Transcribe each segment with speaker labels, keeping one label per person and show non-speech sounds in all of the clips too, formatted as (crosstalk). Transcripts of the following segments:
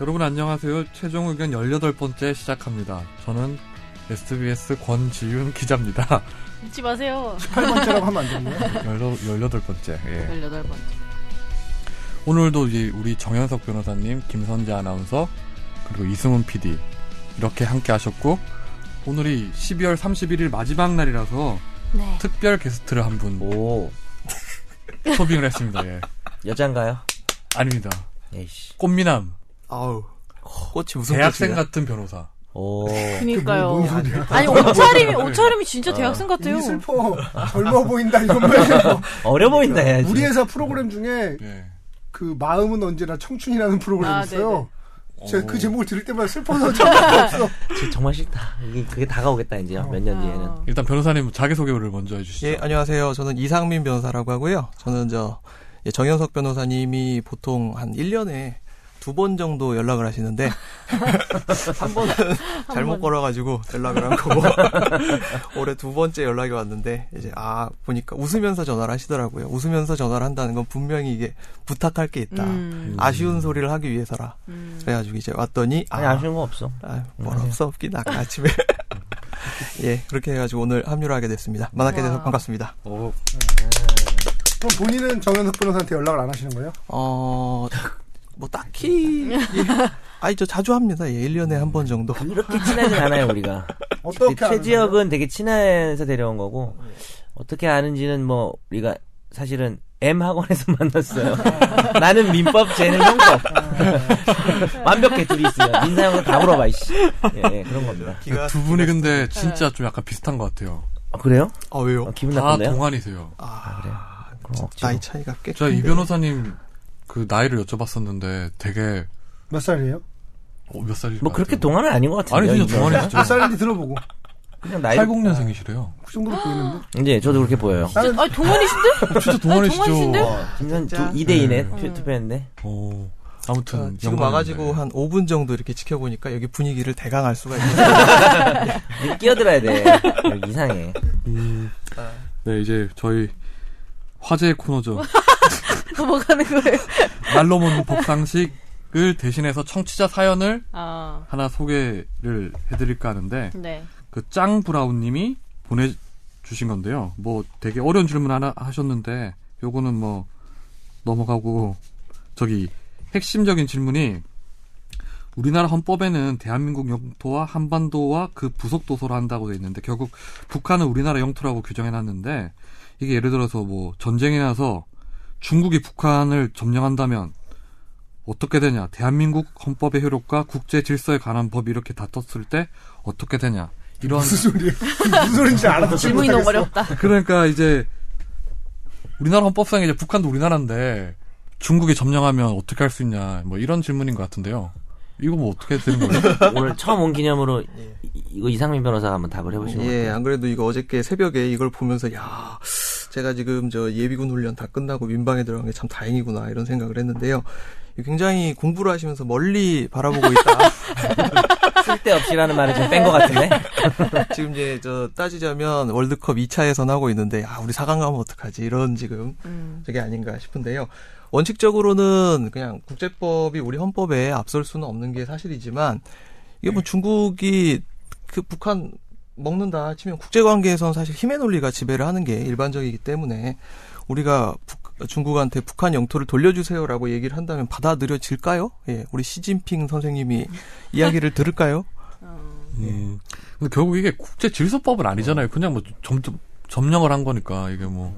Speaker 1: 여러분 안녕하세요. 최종 의견 18번째 시작합니다. 저는 SBS 권지윤 기자입니다. (laughs)
Speaker 2: 잊지 마세요.
Speaker 3: 18번째라고 하면 안 되나요?
Speaker 1: 18번째. 예.
Speaker 2: 18번째.
Speaker 1: 오늘도 이제 우리 정현석 변호사님, 김선재 아나운서, 그리고 이승훈 PD 이렇게 함께 하셨고 오늘이 12월 31일 마지막 날이라서
Speaker 2: 네.
Speaker 1: 특별 게스트를 한 분
Speaker 4: 오,
Speaker 1: 소빙을 했습니다. 예. (laughs)
Speaker 4: 여잔가요?
Speaker 1: 아닙니다.
Speaker 4: 에이씨.
Speaker 1: 꽃미남,
Speaker 3: 아우.
Speaker 4: 꽃이 무슨
Speaker 1: 대학생 같은 변호사.
Speaker 4: 오,
Speaker 1: 뭐,
Speaker 2: 그니까요.
Speaker 3: 뭐, 뭔 소리야.
Speaker 2: 아니, 옷차림이, 옷차림이 진짜 대학생 같아요.
Speaker 3: 이 슬퍼. 젊어 보인다 이런 말이에요.
Speaker 4: 어려 보인다 해야지.
Speaker 3: 우리 회사 프로그램 중에
Speaker 1: 예.
Speaker 3: 그 마음은 언제나 청춘이라는 프로그램이
Speaker 2: 아,
Speaker 3: 있어요. 제가 그
Speaker 1: 어.
Speaker 3: 제목을 들을 때마다 슬퍼서 정말 없어.
Speaker 4: 진짜 정말 싫다. 이게 그게 다가오겠다 이제 요 몇 년 뒤에는.
Speaker 2: 어.
Speaker 1: 일단 변호사님 자기 소개를 먼저 해주시죠.
Speaker 5: 예, 안녕하세요. 저는 이상민 변호사라고 하고요. 저는 저 예, 정현석 변호사님이 보통 한 1년에 두 번 정도 연락을 하시는데 한 번은 (laughs) 잘못
Speaker 2: 번.
Speaker 5: 걸어 가지고 연락을 한 거고 (laughs) 올해 두 번째 연락이 왔는데 이제 아, 보니까 웃으면서 전화를 하시더라고요. 웃으면서 전화를 한다는 건 분명히 이게 부탁할 게 있다.
Speaker 2: 음,
Speaker 5: 아쉬운 소리를 하기 위해서라.
Speaker 2: 음.
Speaker 5: 그래 가지고 이제 왔더니
Speaker 4: 아니
Speaker 5: 아,
Speaker 4: 아쉬운 거 없어.
Speaker 5: 아유, 뭘 없어 없긴 아까 아침에 (laughs) 예 그렇게 해가지고 오늘 합류를 하게 됐습니다 만나게 돼서
Speaker 2: 와.
Speaker 5: 반갑습니다
Speaker 4: 오,
Speaker 3: 그럼 본인은 정현석 변호사한테 연락을 안 하시는 거예요?
Speaker 5: 어뭐 딱히 예. 아니 저 자주 합니다 예 1년에 한 번 정도
Speaker 4: 그렇게 친하진 않아요 우리가.
Speaker 3: 어떻게
Speaker 4: 근데
Speaker 3: 아는 거예요?
Speaker 4: 네, 최지혁은 되게 친해서 데려온 거고 어떻게 아는지는 뭐 우리가 사실은 M 학원에서 (laughs) 만났어요. 나는 민법, 쟤는 형법. (laughs) 완벽해 둘이 있으면 민사형은 다 물어봐 이씨. 예, 예, 그런 겁니다.
Speaker 5: 아,
Speaker 1: 두 분이 근데 진짜 좀 약간 비슷한 것 같아요.
Speaker 4: 아, 그래요?
Speaker 5: 아
Speaker 4: 아,
Speaker 5: 왜요
Speaker 4: 기분
Speaker 1: 다
Speaker 4: 나쁜데요? 어,
Speaker 1: 동안이세요.
Speaker 5: 아
Speaker 4: 그럼 억지로.
Speaker 5: 나이 차이가 꽤
Speaker 1: 제가 이
Speaker 5: 큰데.
Speaker 1: 변호사님 그 나이를 여쭤봤었는데 되게
Speaker 3: 몇 살이에요?
Speaker 1: 어, 몇 살이죠?
Speaker 4: 뭐 그렇게 동안은 아닌 것 같은데요.
Speaker 1: 아니 진짜
Speaker 4: 이분은.
Speaker 3: 몇
Speaker 1: 동안이시죠.
Speaker 3: 살인지 들어보고.
Speaker 4: 그냥 나이
Speaker 5: 아.
Speaker 1: 80년생이시래요.
Speaker 3: 그 정도로 보이는데.
Speaker 4: 이제 저도 그렇게 보여요. 어,
Speaker 3: 나는
Speaker 2: 아니, 동원이신데?
Speaker 1: 진짜
Speaker 2: 아니, 동안이신데?
Speaker 1: 동안이시죠.
Speaker 4: 김선
Speaker 5: 진짜?
Speaker 4: 2대 2네
Speaker 1: 네.
Speaker 2: 음.
Speaker 4: 투표했는데.
Speaker 1: 어,
Speaker 5: 아,
Speaker 1: 아무튼
Speaker 5: 지금
Speaker 1: 영광입니다.
Speaker 5: 와가지고 한 5분 정도 이렇게 지켜보니까 여기 분위기를 대강 알 수가 (laughs) 있어요
Speaker 4: 이제 끼어들어야 돼. 여기 이상해.
Speaker 1: 음,
Speaker 5: 아.
Speaker 1: 네 이제 저희 화제 코너죠.
Speaker 2: (laughs) 넘어가는 거예요.
Speaker 1: 날로 먹는 법상식을 대신해서 청취자 사연을
Speaker 2: 아,
Speaker 1: 하나 소개를 해드릴까 하는데
Speaker 2: 네.
Speaker 1: 그 짱 브라운님이 보내주신 건데요. 뭐 되게 어려운 질문 하나 하셨는데 요거는 뭐 넘어가고 저기 핵심적인 질문이 우리나라 헌법에는 대한민국 영토와 한반도와 그 부속 도서로 한다고 돼 있는데 결국 북한은 우리나라 영토라고 규정해 놨는데 이게 예를 들어서 뭐 전쟁이 나서 중국이 북한을 점령한다면 어떻게 되냐? 대한민국 헌법의 효력과 국제 질서에 관한 법이 이렇게 다퉜을 때 어떻게 되냐? 이런
Speaker 3: 무슨 소리예요? 무슨 소리인지 알아듣지
Speaker 2: 질문이 너무
Speaker 3: 못하겠어.
Speaker 2: 어렵다.
Speaker 1: 그러니까 이제 우리나라 헌법상 이제 북한도 우리나라인데 중국이 점령하면 어떻게 할 수 있냐 뭐 이런 질문인 것 같은데요. 이거 뭐 어떻게 되는
Speaker 5: (laughs)
Speaker 1: 거예요?
Speaker 4: 오늘 처음 온 기념으로 이- 이거 이상민 변호사가 한번 답을 해보시는 거
Speaker 5: 예, 안 그래도 이거 어저께 새벽에 이걸 보면서 야, 제가 지금 저 예비군 훈련 다 끝나고 민방에 들어간 게 참 다행이구나 이런 생각을 했는데요. 굉장히 공부를 하시면서 멀리 바라보고 있다.
Speaker 4: 쓸데없이라는 말을 좀 뺀 것 같은데.
Speaker 5: (laughs) 지금 이제 저 따지자면 월드컵 2차 예선 하고 있는데 아, 우리 4강 가면 어떡하지? 이런 지금
Speaker 2: 음.
Speaker 5: 저게 아닌가 싶은데요. 원칙적으로는 그냥 국제법이 우리 헌법에 앞설 수는 없는 게 사실이지만 이게 뭐 중국이 그 북한 먹는다 치면 국제관계에서는 사실 힘의 논리가 지배를 하는 게 일반적이기 때문에 우리가 북- 중국한테 북한 영토를 돌려주세요라고 얘기를 한다면 받아들여질까요? 예, 우리 시진핑 선생님이 이야기를 들을까요?
Speaker 1: 음, 근데 결국 이게 국제 질서법은 아니잖아요. 그냥 뭐 점, 점, 점령을 한 거니까 이게 뭐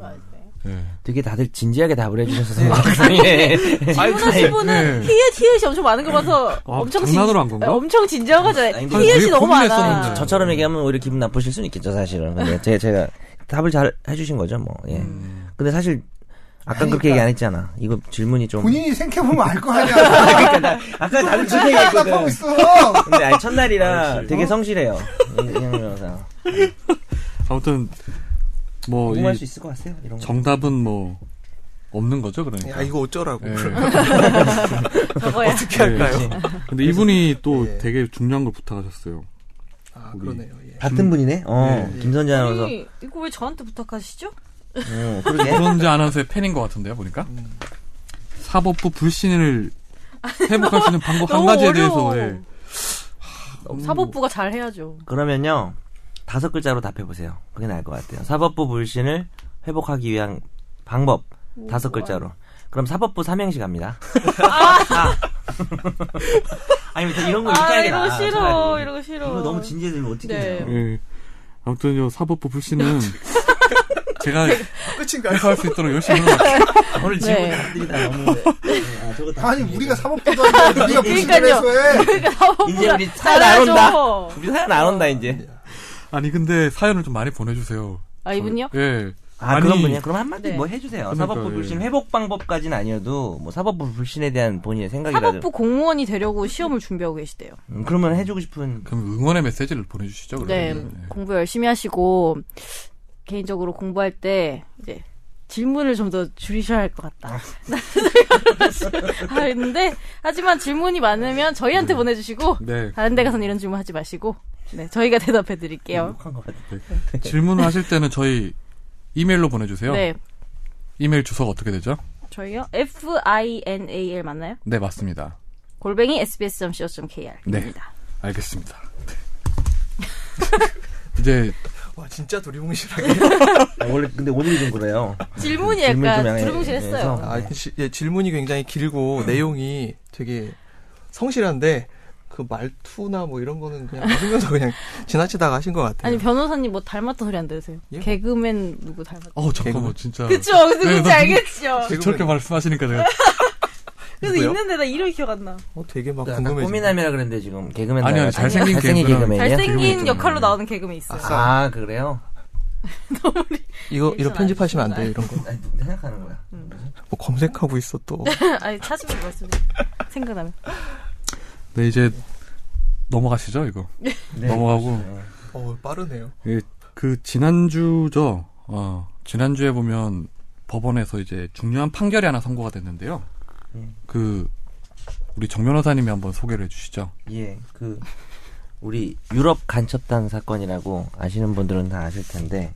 Speaker 1: 예.
Speaker 4: 되게 다들 진지하게 답을 해주셔서 생각해.
Speaker 2: (laughs) 질문하신 분은
Speaker 1: 네. 음. 아,
Speaker 2: 히읗 히읗이 엄청 많은 거 봐서 엄청 진- 네,
Speaker 1: 장난으로 한 건가?
Speaker 2: 엄청 진지하잖아요.
Speaker 4: 아니, 근데
Speaker 2: 히읗이
Speaker 1: 되게
Speaker 2: 너무 많아.
Speaker 1: 고민했었는데.
Speaker 4: 저처럼 얘기하면 오히려 기분 나쁘실 수는 있겠죠, 사실은. 근데 제, 제가 답을 잘 해주신 거죠, 뭐. 예. 근데 사실 아까 그렇게 얘기 안 했잖아. 이거 질문이 좀.
Speaker 3: 본인이 생각해보면 알 거
Speaker 4: (laughs)
Speaker 3: 아니야. 뭐
Speaker 4: 아까 답을 주
Speaker 3: (laughs)
Speaker 4: 얘
Speaker 3: 답답하고
Speaker 4: 했거든.
Speaker 3: 있어.
Speaker 4: 근데 아니, 첫날이라 되게 성실해요. 이상민 변호사.
Speaker 1: 아무튼 뭐
Speaker 4: 궁금할
Speaker 1: 이
Speaker 4: 수 있을 것 같아요, 어, 이런 거.
Speaker 1: 정답은 뭐 없는 거죠 그러니까.
Speaker 5: 야, 아, 이거 뭐 어쩌라고.
Speaker 1: 예.
Speaker 5: (laughs)
Speaker 2: 저거야.
Speaker 5: 어떻게 할까요?
Speaker 1: 근데 이분이 또
Speaker 5: 예.
Speaker 1: 되게 중요한 걸 부탁하셨어요.
Speaker 5: 아, 그러네요. 예.
Speaker 4: 같은 분이네? 어, 김선재 아나운서.
Speaker 2: 아니, 이거 왜 저한테 부탁하시죠?
Speaker 4: 어, 그러게. (laughs)
Speaker 1: 그런지 아나운서의 팬인 것 같은데요 보니까 사법부 불신을 회복할 수 있는 방법 한
Speaker 2: 너무
Speaker 1: 가지에
Speaker 2: 어려워.
Speaker 1: 대해서 예.
Speaker 2: 사법부가 잘 해야죠.
Speaker 4: 그러면요 다섯 글자로 답해보세요. 그게 나을 것 같아요. 사법부 불신을 회복하기 위한 방법 다섯 글자로. 그럼 사법부
Speaker 2: (laughs)
Speaker 4: 삼행시 갑니다. 아. 아니 면 이런 거 이렇게
Speaker 2: 아
Speaker 4: 하는 게
Speaker 2: 이런
Speaker 4: 나아.
Speaker 2: 거 싫어.
Speaker 4: 차라리.
Speaker 2: 이런 거 싫어.
Speaker 4: 이거 너무 진지해지면 어떻게
Speaker 2: 네.
Speaker 4: 돼요?
Speaker 1: 예. 아무튼 요 사법부 불신은 (laughs) 제가
Speaker 3: 끝인가요?
Speaker 1: 해소할 수 있도록 열심히 해볼게요.
Speaker 2: 네.
Speaker 4: 오늘 질문들이 다 너무 아, 저거 다
Speaker 3: 아니
Speaker 4: 진지해.
Speaker 3: 우리가 사법부도 아니고 우리가 무슨
Speaker 2: 그러니까요.
Speaker 3: 해소해?
Speaker 2: (laughs)
Speaker 4: 이제
Speaker 2: 어, 사법부가
Speaker 4: 우리 사연 안 온다.
Speaker 2: 잘하죠.
Speaker 4: 우리 사연 안 온다 이제.
Speaker 1: 아니 근데 사연을 좀 많이 보내주세요.
Speaker 2: 아 이분요?
Speaker 1: 예.
Speaker 4: 아
Speaker 1: 아니,
Speaker 4: 그런 분이요. 그럼 한마디
Speaker 2: 네.
Speaker 4: 뭐 해주세요.
Speaker 1: 그러니까,
Speaker 4: 사법부
Speaker 1: 예.
Speaker 4: 불신 회복 방법까지는 아니어도 뭐 사법부 불신에 대한 본인의 생각이라도.
Speaker 2: 사법부 공무원이 되려고 시험을 준비하고 계시대요.
Speaker 4: 음, 그러면 해주고 싶은
Speaker 1: 그럼 응원의 메시지를 보내주시죠.
Speaker 2: 네,
Speaker 1: 그러면. 예.
Speaker 2: 공부 열심히 하시고 개인적으로 공부할 때 이제 질문을 좀 더 줄이셔야 할 것 같다. (laughs) 아, 근데 하지만 질문이 많으면
Speaker 4: 음.
Speaker 2: 저희한테 보내주시고
Speaker 1: 네.
Speaker 2: 다른 데 가서는 이런 질문 하지 마시고 네, 저희가 대답해 드릴게요.
Speaker 4: 욕한 것 같아요.
Speaker 1: 질문하실 때는 저희 이메일로 보내주세요.
Speaker 2: 네,
Speaker 1: 이메일 주소가 어떻게 되죠?
Speaker 2: 저희요 F I N A L 맞나요?
Speaker 1: 네, 맞습니다.
Speaker 2: 골뱅이 sbs.co.kr입니다.
Speaker 1: 알겠습니다. 네.
Speaker 2: (laughs)
Speaker 1: 이제
Speaker 5: 와 진짜 두리뭉실하게.
Speaker 4: 아, 원래 근데 오늘이 좀 그래요.
Speaker 2: 질문이
Speaker 4: 네. 질문 좀
Speaker 2: 약간
Speaker 4: 양해-
Speaker 2: 두루뭉실했어요.
Speaker 4: 해서.
Speaker 5: (laughs) 아,
Speaker 4: 네.
Speaker 5: 시- 예, 음. 질문이 굉장히 길고 내용이 되게 성실한데 그 말투나 뭐 이런 거는 그냥 읽으면서 (laughs) 그냥 지나치다가 하신 것 같아요.
Speaker 1: 예.
Speaker 2: 아니 변호사님 뭐 닮았던 소리 안 들으세요?
Speaker 5: 예?
Speaker 2: 개그맨 누구 닮았?
Speaker 1: 어 잠깐만
Speaker 5: 개그.
Speaker 1: 진짜
Speaker 2: 그쵸,
Speaker 1: 네,
Speaker 2: 누군지
Speaker 1: 나
Speaker 2: 알겠죠.
Speaker 5: 개그맨.
Speaker 1: 저렇게 말씀하시니까 제가
Speaker 2: 그래서
Speaker 5: 누구요?
Speaker 2: 있는데 나 이름이 기억 안 나.
Speaker 5: 어, 되게 막
Speaker 4: 아까
Speaker 5: 궁금해.
Speaker 4: 꼬미남이라 그랬는데 지금 개그맨
Speaker 1: 아니요,
Speaker 4: 나와요.
Speaker 1: 잘생긴
Speaker 4: 잘생긴
Speaker 1: 예, 개그맨.
Speaker 4: 개그맨이요?
Speaker 2: 잘생긴 역할로 나오는 개그맨 있어요.
Speaker 4: 아 그래요?
Speaker 5: 이거 이거
Speaker 2: 리액션
Speaker 5: 편집하시면 안
Speaker 2: 안
Speaker 5: 돼요 이런 거.
Speaker 4: 아니, 생각하는 거야.
Speaker 5: 뭐 검색하고 있어 또.
Speaker 2: 아니 찾으면 그렇습니다. 생각나면.
Speaker 1: 네 이제 넘어가시죠 이거
Speaker 4: 네.
Speaker 1: 넘어가고
Speaker 5: (laughs) 어 빠르네요.
Speaker 1: 예, 그 지난주죠 어 지난주에 보면 법원에서 이제 중요한 판결이 하나 선고가 됐는데요
Speaker 4: 음.
Speaker 1: 그 우리 정 변호사님이 한번 소개를 해주시죠
Speaker 4: 예, 그 우리 유럽 간첩단 사건이라고 아시는 분들은 다 아실 텐데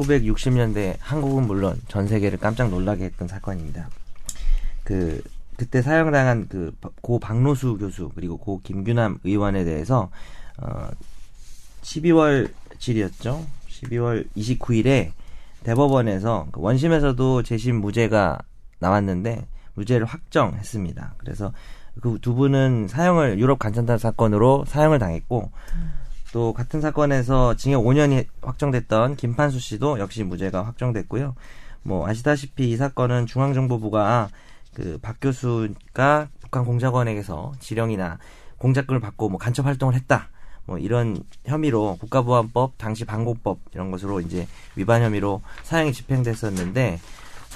Speaker 4: 1960년대 한국은 물론 전 세계를 깜짝 놀라게 했던 사건입니다. 그 그때 사형당한 그 고 박노수 교수 그리고 고 김규남 의원에 대해서 어 12월 7일이었죠. 12월 29일에 대법원에서 그 원심에서도 재심 무죄가 나왔는데 무죄를 확정했습니다. 그래서 그 두 분은 사형을 유럽 간첩단 사건으로 사형을 당했고 또 같은 사건에서 징역 5년이 확정됐던 김판수 씨도 역시 무죄가 확정됐고요. 뭐 아시다시피 이 사건은 중앙정보부가 그 박 교수가 북한 공작원에게서 지령이나 공작금을 받고 뭐 간첩 활동을 했다. 뭐 이런 혐의로 국가보안법, 당시 방공법 이런 것으로 이제 위반 혐의로 사형이 집행됐었는데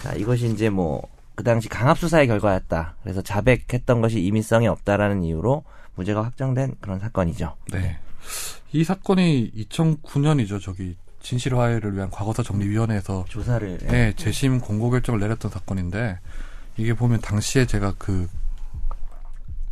Speaker 4: 자, 이것이 이제 뭐, 그 당시 강압수사의 결과였다. 그래서 자백했던 것이 임의성이 없다라는 이유로 무죄가 확정된 그런 사건이죠.
Speaker 1: 네이 사건이 2009년이죠 저기 진실 화해를 위한 과거사 정리위원회에서
Speaker 4: 조사를. 예.
Speaker 1: 네, 재심 공고 결정을 내렸던 사건인데 이게 보면 당시에 제가 그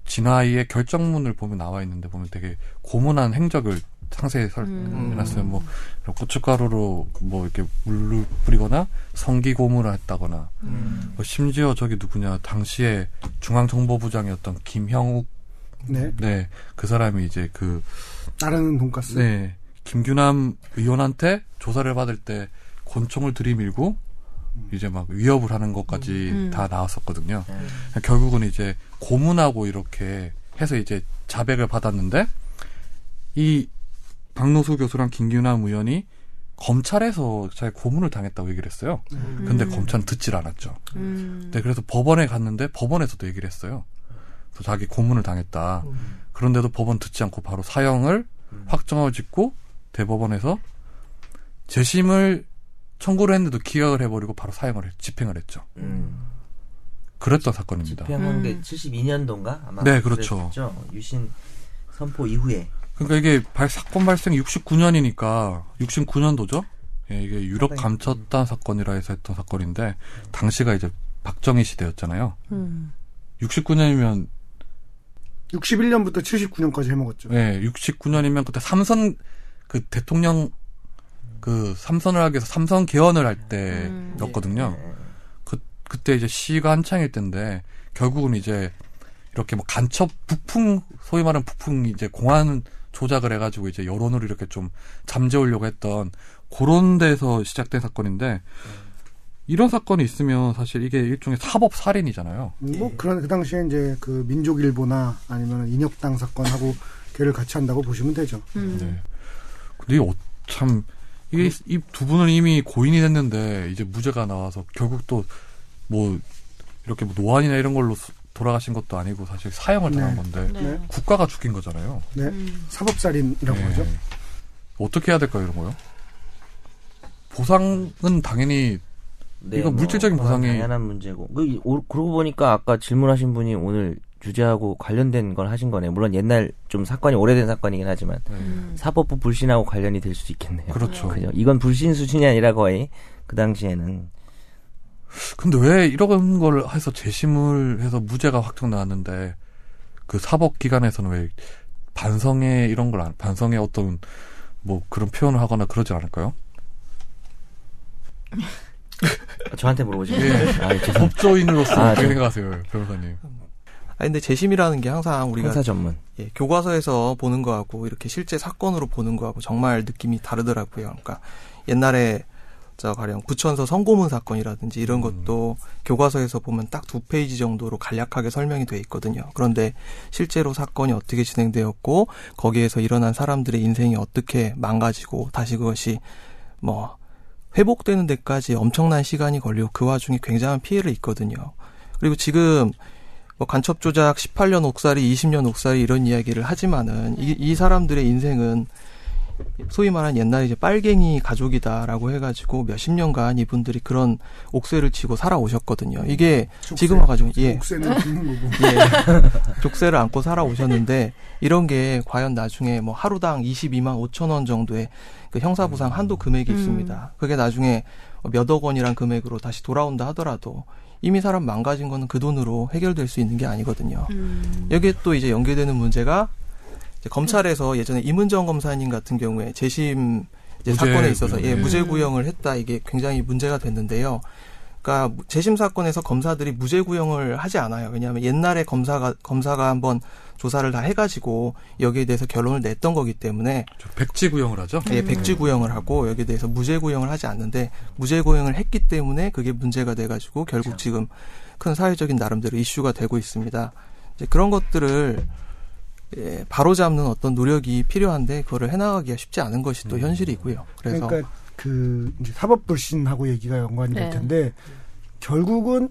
Speaker 1: 진화이의 결정문을 보면 나와 있는데 보면 되게 고문한 행적을 상세히 설-
Speaker 2: 음.
Speaker 1: 해놨어요. 뭐 이런 고춧가루로 뭐 이렇게 물을 뿌리거나 성기 고문을 했다거나
Speaker 5: 음.
Speaker 1: 뭐 심지어 저기 누구냐 당시에 중앙정보부장이었던 김형욱
Speaker 3: 네.
Speaker 1: 네그 사람이 이제 그
Speaker 3: 나르는 돈가스.
Speaker 1: 네. 김규남 의원한테 조사를 받을 때 권총을 들이밀고 이제 막 위협을 하는 것까지
Speaker 2: 음. 네.
Speaker 1: 다 나왔었거든요. 결국은 이제 고문하고 이렇게 해서 이제 자백을 받았는데 이 박노수 교수랑 김규남 의원이 검찰에서 잘 고문을 당했다고 얘기를 했어요. 근데
Speaker 2: 음.
Speaker 1: 검찰은 듣질 않았죠.
Speaker 2: 음.
Speaker 1: 네, 그래서 법원에 갔는데 법원에서도 얘기를 했어요. 그래서 자기 고문을 당했다.
Speaker 5: 음.
Speaker 1: 그런데도 법원 듣지 않고 바로 사형을 확정하고 짓고 대법원에서 재심을 청구를 했는데도 기각을 해버리고 바로 사형을 했- 집행을 했죠.
Speaker 4: 음.
Speaker 1: 그랬던 사건입니다.
Speaker 4: 집행한 게
Speaker 2: 음.
Speaker 4: 72년도인가? 아마.
Speaker 1: 네, 그렇죠.
Speaker 4: 그랬었죠. 유신 선포 이후에.
Speaker 1: 그러니까 이게 발- 사건 발생 69년이니까 69년도죠. 예, 이게 유럽
Speaker 4: 상당히-
Speaker 1: 감췄단 사건이라 해서 했던 사건인데 당시가 이제 박정희 시대였잖아요.
Speaker 2: 음.
Speaker 1: 69년이면
Speaker 3: 61년부터 79년까지 해먹었죠.
Speaker 1: 네, 69년이면 그때 삼선 그 대통령 그 삼선을 하기 위해서 삼선 개헌을 할
Speaker 2: 음.
Speaker 1: 때였거든요. 그,
Speaker 4: 예.
Speaker 1: 그때 이제 시위가 한창일 때인데 결국은 이제 이렇게 뭐 간첩 북풍 소위 말하는 북풍 이제 공안 조작을 해가지고 이제 여론을 이렇게 좀 잠재우려고 했던 그런 데서 시작된 사건인데 이런 사건이 있으면 사실 이게 일종의 사법 살인이잖아요.
Speaker 3: 뭐 그런 그 당시에 이제 그 민족일보나 아니면 인혁당 사건하고 걔를 같이 한다고 보시면 되죠.
Speaker 2: 음.
Speaker 1: 네. 근데 이게 어- 참
Speaker 3: 음.
Speaker 1: 이게 이 두 분은 이미 고인이 됐는데 이제 무죄가 나와서 결국 또 뭐 이렇게 뭐 노안이나 이런 걸로 수- 돌아가신 것도 아니고 사실 사형을 당한
Speaker 3: 네.
Speaker 1: 건데
Speaker 2: 네.
Speaker 3: 네.
Speaker 1: 국가가 죽인 거잖아요.
Speaker 2: 음.
Speaker 5: 네.
Speaker 3: 사법살인이라고
Speaker 1: 예.
Speaker 3: 하죠.
Speaker 1: 어떻게 해야 될까요, 이런 거요? 보상은 당연히
Speaker 4: 네,
Speaker 1: 이거 물질적인
Speaker 4: 그건
Speaker 1: 보상이-
Speaker 4: 당연한 문제고. 그, 이- 오- 그러고 보니까 아까 질문하신 분이 오늘 주제하고 관련된 걸 하신 거네요. 물론 옛날 좀 사건이 오래된 사건이긴 하지만
Speaker 2: 음.
Speaker 4: 사법부 불신하고 관련이 될 수도 있겠네요.
Speaker 1: 그렇죠.
Speaker 4: 그죠? 이건 불신 수준이 아니라 거의 그 당시에는
Speaker 1: 근데 왜 이런 걸 해서 재심을 해서 무죄가 확정 나왔는데 그 사법 기관에서는 왜 반성에 이런 걸 안, 반성에 어떤 뭐 그런 표현을 하거나 그러지 않을까요?
Speaker 4: 저한테 물어보시는
Speaker 2: 네.
Speaker 1: 예.
Speaker 4: 거예요. 아, (laughs) 죄송합니다.
Speaker 1: 법조인으로서
Speaker 4: 아,
Speaker 1: 어떻게
Speaker 4: 네.
Speaker 1: 생각하세요, 변호사님?
Speaker 5: 아 근데 재심이라는 게 항상 우리가
Speaker 4: 형사 전문.
Speaker 5: 예, 교과서에서 보는 거하고 이렇게 실제 사건으로 보는 거하고 정말 느낌이 다르더라고요. 그러니까 옛날에 자 가령 부천서 성고문 사건이라든지 이런 것도 교과서에서 보면 딱 두 페이지 정도로 간략하게 설명이 돼 있거든요. 그런데 실제로 사건이 어떻게 진행되었고 거기에서 일어난 사람들의 인생이 어떻게 망가지고 다시 그것이 뭐 회복되는 데까지 엄청난 시간이 걸리고 그 와중에 굉장한 피해를 입거든요. 그리고 지금 뭐 간첩 조작 18년 옥살이, 20년 옥살이 이런 이야기를 하지만은 이, 이 사람들의 인생은 소위 말하는 옛날에 이제 빨갱이 가족이다라고 해가지고 몇십 년간 이분들이 그런 옥쇠를 치고 살아오셨거든요. 이게 지금 와가지고
Speaker 2: (laughs)
Speaker 5: 예,
Speaker 3: 국세는 죽는 거고.
Speaker 5: 예. (laughs) 족쇄를 안고 살아오셨는데 이런 게 과연 나중에 뭐 하루당 22만 5천 원 정도의 그 형사보상 한도 금액이
Speaker 2: 음.
Speaker 5: 있습니다. 그게 나중에 몇억 원이란 금액으로 다시 돌아온다 하더라도 이미 사람 망가진 거는 그 돈으로 해결될 수 있는 게 아니거든요.
Speaker 2: 음.
Speaker 5: 여기에 또 이제 연계되는 문제가 이제 검찰에서 예전에 임은정 검사님 같은 경우에 재심 이제
Speaker 1: 무죄 네.
Speaker 5: 사건에 있어서
Speaker 1: 구형.
Speaker 5: 예,
Speaker 2: 음.
Speaker 5: 무죄 구형을 했다 이게 굉장히 문제가 됐는데요. 그러니까 재심 사건에서 검사들이 무죄 구형을 하지 않아요. 왜냐하면 옛날에 검사가 검사가 한번 조사를 다 해가지고 여기에 대해서 결론을 냈던 거기 때문에
Speaker 1: 저 백지 구형을 하죠?
Speaker 5: 예, 백지 구형을 하고 여기에 대해서 무죄 구형을 하지 않는데 무죄 구형을 했기 때문에 그게 문제가 돼가지고 결국 지금 큰 사회적인 나름대로 이슈가 되고 있습니다. 이제 그런 것들을 예, 바로 잡는 어떤 노력이 필요한데 그거를 해나가기가 쉽지 않은 것이 또
Speaker 1: 음.
Speaker 5: 현실이고요. 그래서
Speaker 3: 그러니까 그 이제 사법불신하고 얘기가 연관이
Speaker 2: 네.
Speaker 3: 될 텐데 결국은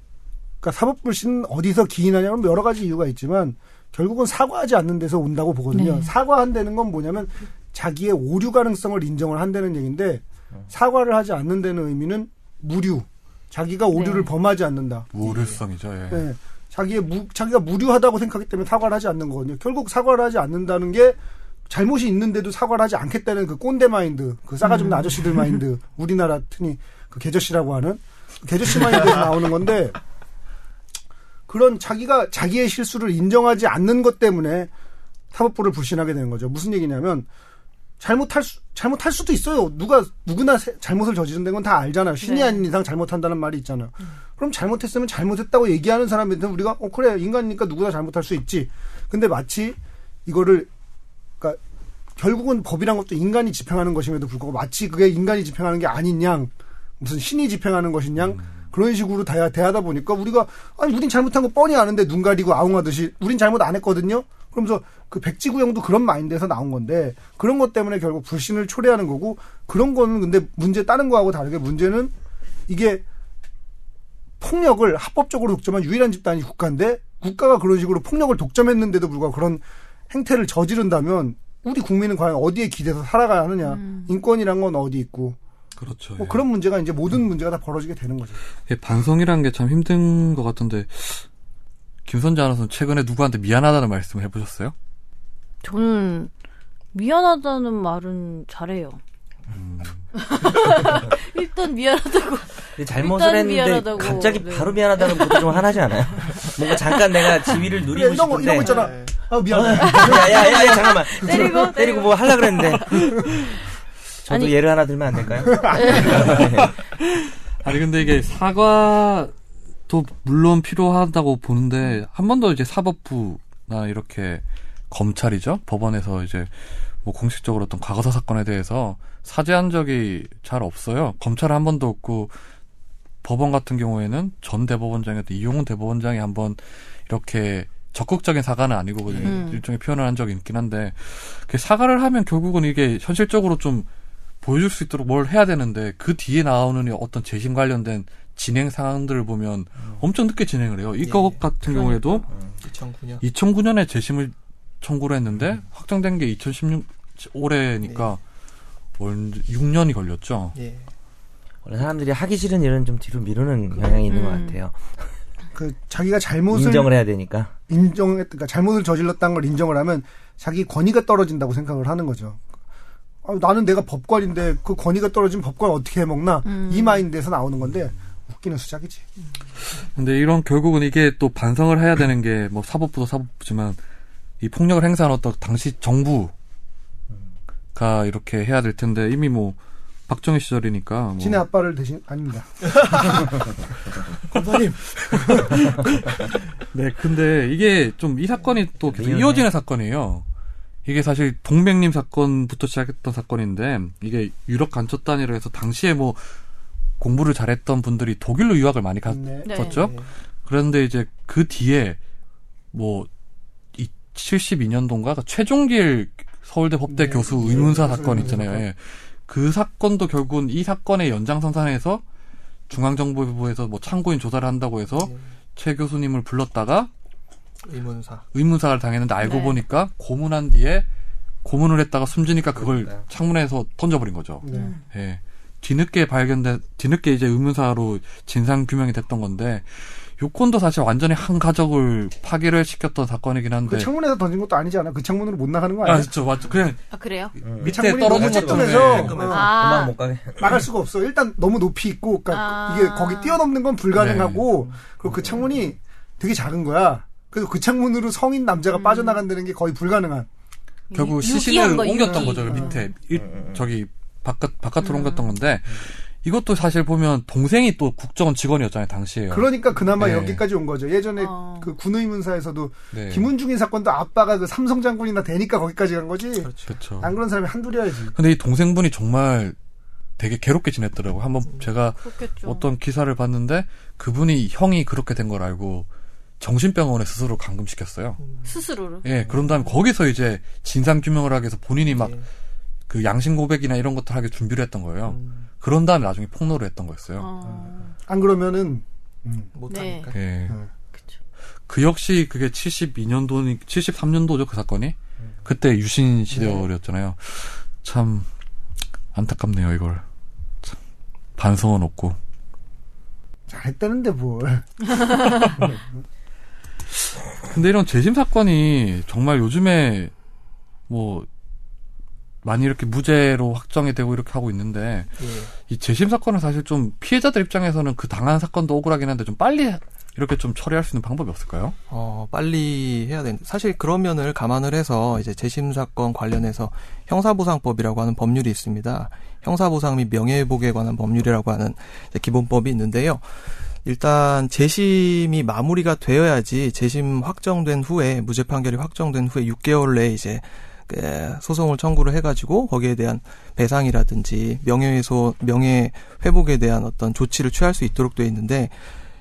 Speaker 3: 그러니까 사법불신 어디서 기인하냐면 여러 가지 이유가 있지만 결국은 사과하지 않는 데서 온다고 보거든요.
Speaker 2: 네.
Speaker 3: 사과한다는 건 뭐냐면 자기의 오류 가능성을 인정을 한다는 얘기인데 사과를 하지 않는다는 의미는 무류. 자기가 오류를
Speaker 2: 네.
Speaker 3: 범하지 않는다.
Speaker 1: 우월성이죠. 예.
Speaker 3: 예. 자기의 무, 자기가 무료하다고 생각하기 때문에 사과를 하지 않는 거거든요. 결국 사과를 하지 않는다는 게 잘못이 있는데도 사과를 하지 않겠다는 그 꼰대 마인드, 그 싸가지 없는 아저씨들 마인드, 우리나라 흔히 그 개저씨라고 하는 그 개저씨 마인드에서 나오는 건데 그런 자기가 자기의 실수를 인정하지 않는 것 때문에 사법부를 불신하게 되는 거죠. 무슨 얘기냐면 잘못할 수, 잘못할 수도 있어요. 누가 누구나 세- 잘못을 저지른 건 다 알잖아요. 신이
Speaker 2: 네.
Speaker 3: 아닌 이상 잘못한다는 말이 있잖아요. 그럼 잘못했으면 잘못했다고 얘기하는 사람한테는 우리가 어 그래 인간이니까 누구나 잘못할 수 있지. 근데 마치 이거를 그러니까 결국은 법이란 것도 인간이 집행하는 것임에도 불구하고 마치 그게 인간이 집행하는 게 아닌 양 무슨 신이 집행하는 것인 양 그런 식으로 대하, 대하다 보니까 우리가 아니 우린 잘못한 거 뻔히 아는데 눈 가리고 아웅하듯이 우린 잘못 안 했거든요. 그러면서 그 백지구형도 그런 마인드에서 나온 건데 그런 것 때문에 결국 불신을 초래하는 거고 그런 거는 근데 문제 다른 거하고 다르게 문제는 이게 폭력을 합법적으로 독점한 유일한 집단이 국가인데 국가가 그런 식으로 폭력을 독점했는데도 불구하고 그런 행태를 저지른다면 우리 국민은 과연 어디에 기대서 살아가야 하느냐 인권이란 건 어디 있고
Speaker 1: 그렇죠.
Speaker 3: 뭐
Speaker 1: 예.
Speaker 3: 그런 문제가 이제 모든 문제가 다 벌어지게 되는 거죠.
Speaker 1: 예, 반성이라는 게 참 힘든 것 같은데 김선재 아나운서는 최근에 누구한테 미안하다는 말씀을 해보셨어요?
Speaker 2: 저는 미안하다는 말은 잘해요.
Speaker 1: 음.
Speaker 2: (laughs) 일단 미안하다고.
Speaker 4: 근데 잘못을
Speaker 2: 일단
Speaker 4: 했는데
Speaker 2: 미안하다고,
Speaker 4: 갑자기
Speaker 2: 네.
Speaker 4: 바로 미안하다는 것도 좀 화나지
Speaker 2: (laughs)
Speaker 4: 않아요? 뭔가 잠깐 내가 지위를 누리고
Speaker 3: 이런 거
Speaker 4: 싶은데
Speaker 3: 이런 거 있잖아. 아 미안해.
Speaker 4: 야야야 야, 야, 잠깐만
Speaker 2: 때리고,
Speaker 4: 때리고 뭐 하려
Speaker 2: (laughs)
Speaker 4: 그랬는데 저도
Speaker 2: 아니- (laughs)
Speaker 4: 예를 네. 하나 들면 안 될까요?
Speaker 1: 아니 근데 이게 사과를 또 물론 필요하다고 보는데 한 번 더 이제 사법부나 이렇게 검찰이죠 법원에서 이제 뭐 공식적으로 어떤 과거사 사건에 대해서 사죄한 적이 잘 없어요. 검찰은 한 번도 없고 법원 같은 경우에는 전 대법원장이었던 이용훈 대법원장이 한 번 이렇게 적극적인 사과는 아니고거든요.
Speaker 2: 음.
Speaker 1: 일종의 표현을 한 적이 있긴 한데 그 사과를 하면 결국은 이게 현실적으로 좀 보여줄 수 있도록 뭘 해야 되는데 그 뒤에 나오는 이 어떤 재심 관련된 진행 상황들을 보면 엄청 늦게 진행을 해요. 이거
Speaker 5: 음. 예.
Speaker 1: 같은 경우에도
Speaker 5: 2009년.
Speaker 1: 2009년에 재심을 청구를 했는데
Speaker 5: 음.
Speaker 1: 확정된 게 2016 올해니까 월 6년이 걸렸죠.
Speaker 5: 예.
Speaker 4: 원래 사람들이 하기 싫은 일은 좀 뒤로 미루는 경향이 있는 것
Speaker 2: 음.
Speaker 4: 같아요.
Speaker 3: 그 자기가 잘못을
Speaker 4: 인정을 해야 되니까.
Speaker 3: 인정, 했 그러니까 잘못을 저질렀다는 걸 인정을 하면 자기 권위가 떨어진다고 생각을 하는 거죠. 아, 나는 내가 법관인데 그 권위가 떨어진 법관 어떻게 해먹나
Speaker 2: 음.
Speaker 3: 이 마인드에서 나오는 건데 웃기는 수작이지.
Speaker 1: 근데 이런 결국은 이게 또 반성을 해야 되는 게 뭐 사법부도 사법부지만 이 폭력을 행사한 어떤 당시 정부가
Speaker 5: 음.
Speaker 1: 이렇게 해야 될 텐데 이미 뭐 박정희 시절이니까 뭐
Speaker 3: 진의 아빠를 대신 아닙니다.
Speaker 5: 검사님.
Speaker 1: 네, 근데 이게 좀 이 사건이 또 계속
Speaker 4: 미연해.
Speaker 1: 이어지는 사건이에요. 이게 사실 동백님 사건부터 시작했던 사건인데 이게 유럽 간첩 단위로 해서 당시에 뭐 공부를 잘했던 분들이 독일로 유학을 많이 갔었죠.
Speaker 3: 네.
Speaker 2: 네.
Speaker 1: 그런데 이제 그 뒤에 뭐 이 72년도인가 그러니까 최종길 서울대 법대
Speaker 3: 네,
Speaker 1: 교수
Speaker 3: 네,
Speaker 1: 의문사
Speaker 3: 교수
Speaker 1: 사건
Speaker 3: 의문사
Speaker 1: 있잖아요.
Speaker 3: 사건.
Speaker 1: 예. 그 사건도 결국은 이 사건의 연장선상에서 중앙정보부에서 뭐 참고인 조사를 한다고 해서
Speaker 3: 네.
Speaker 5: 예.
Speaker 1: 최 교수님을 불렀다가
Speaker 5: (laughs) 의문사.
Speaker 1: 의문사를 당했는데 알고
Speaker 2: 네.
Speaker 1: 보니까 고문한 뒤에 고문을 했다가 숨지니까 그걸
Speaker 4: 그러니까요.
Speaker 1: 창문에서 던져버린 거죠.
Speaker 3: 네.
Speaker 2: 음.
Speaker 1: 예. 뒤늦게 발견된 뒤늦게 이제 의문사로 진상 규명이 됐던 건데 요건도 사실 완전히 한 가족을 파괴를 시켰던 사건이긴
Speaker 3: 그
Speaker 1: 한데
Speaker 3: 창문에서 던진 것도 아니지 않아? 그 창문으로 못 나가는 거
Speaker 1: 아
Speaker 3: 아니야?
Speaker 1: 그렇죠 맞죠 그냥
Speaker 2: 아 그래요?
Speaker 1: 네.
Speaker 3: 그
Speaker 1: 밑에
Speaker 3: 창문이
Speaker 1: 떨어진
Speaker 3: 너무 쬐끔해서
Speaker 1: 것도 없네.
Speaker 3: 어,
Speaker 2: 아,
Speaker 4: 그만 못 가게.
Speaker 3: 나갈 수가 없어. 일단 너무 높이 있고, 그러니까
Speaker 2: 아.
Speaker 3: 이게 거기 뛰어넘는 건 불가능하고, 그리고 그 창문이 되게 작은 거야. 그래서 그 창문으로 성인
Speaker 2: 음.
Speaker 3: 남자가 빠져나간다는 게 거의 불가능한. 그
Speaker 1: 뭐 결국
Speaker 2: 유-
Speaker 1: 시신을
Speaker 2: 유기한 거,
Speaker 1: 옮겼던
Speaker 2: 유기.
Speaker 1: 거죠 그
Speaker 3: 음,
Speaker 1: 밑에 일- 저기 바깥 바깥으로 옮겼던 건데 이것도 사실 보면 동생이 또 국정원 직원이었잖아요 당시에요.
Speaker 3: 그러니까 그나마
Speaker 1: 네.
Speaker 3: 여기까지 온 거죠. 예전에
Speaker 2: 어.
Speaker 3: 그 군의문사에서도
Speaker 1: 네.
Speaker 3: 김은중인 사건도 아빠가 그 삼성 장군이나 되니까 거기까지 간 거지.
Speaker 1: 그렇죠.
Speaker 3: 안 그런 사람이 한둘이어야지.
Speaker 1: 근데 이 동생분이 정말 되게 괴롭게 지냈더라고요. 한번
Speaker 3: 음.
Speaker 1: 제가
Speaker 2: 그렇겠죠.
Speaker 1: 어떤 기사를 봤는데 그분이 형이 그렇게 된 걸 알고 정신병원에 스스로 감금시켰어요.
Speaker 2: 스스로를.
Speaker 1: 예, 그런 다음에 거기서 이제 진상 규명을 하기 위해서 본인이 막 그
Speaker 5: 예.
Speaker 1: 양심 고백이나 이런 것들 하기 준비를 했던 거예요.
Speaker 5: 음,
Speaker 1: 그런 다음에 나중에 폭로를 했던 거였어요.
Speaker 2: 어,
Speaker 3: 안 그러면은 음,
Speaker 5: 못하니까.
Speaker 1: 예.
Speaker 3: 음.
Speaker 2: 그쵸.
Speaker 1: 그 역시 그게 72년도, 73년도죠, 그 사건이. 그때 유신 시절이었잖아요. 참, 안타깝네요, 이걸. 참, 반성은 없고.
Speaker 3: 잘했다는데 뭘.
Speaker 1: 근데 이런 재심 사건이 정말 요즘에 뭐 많이 이렇게 무죄로 확정이 되고 이렇게 하고 있는데
Speaker 5: 예.
Speaker 1: 이 재심 사건은 사실 좀 피해자들 입장에서는 그 당한 사건도 억울하긴 한데 좀 빨리 이렇게 좀 처리할 수 있는 방법이 없을까요?
Speaker 5: 어, 빨리 해야 되는데. 사실 그런 면을 감안을 해서 이제 재심 사건 관련해서 형사보상법이라고 하는 법률이 있습니다. 형사보상 및 명예회복에 관한 법률이라고 하는 이제 기본법이 있는데요. 일단 재심이 마무리가 되어야지 재심 확정된 후에 무죄 판결이 확정된 후에 6개월 내에 이제 그 소송을 청구를 해가지고 거기에 대한 배상이라든지 명예훼손, 명예 회복에 대한 어떤 조치를 취할 수 있도록 돼 있는데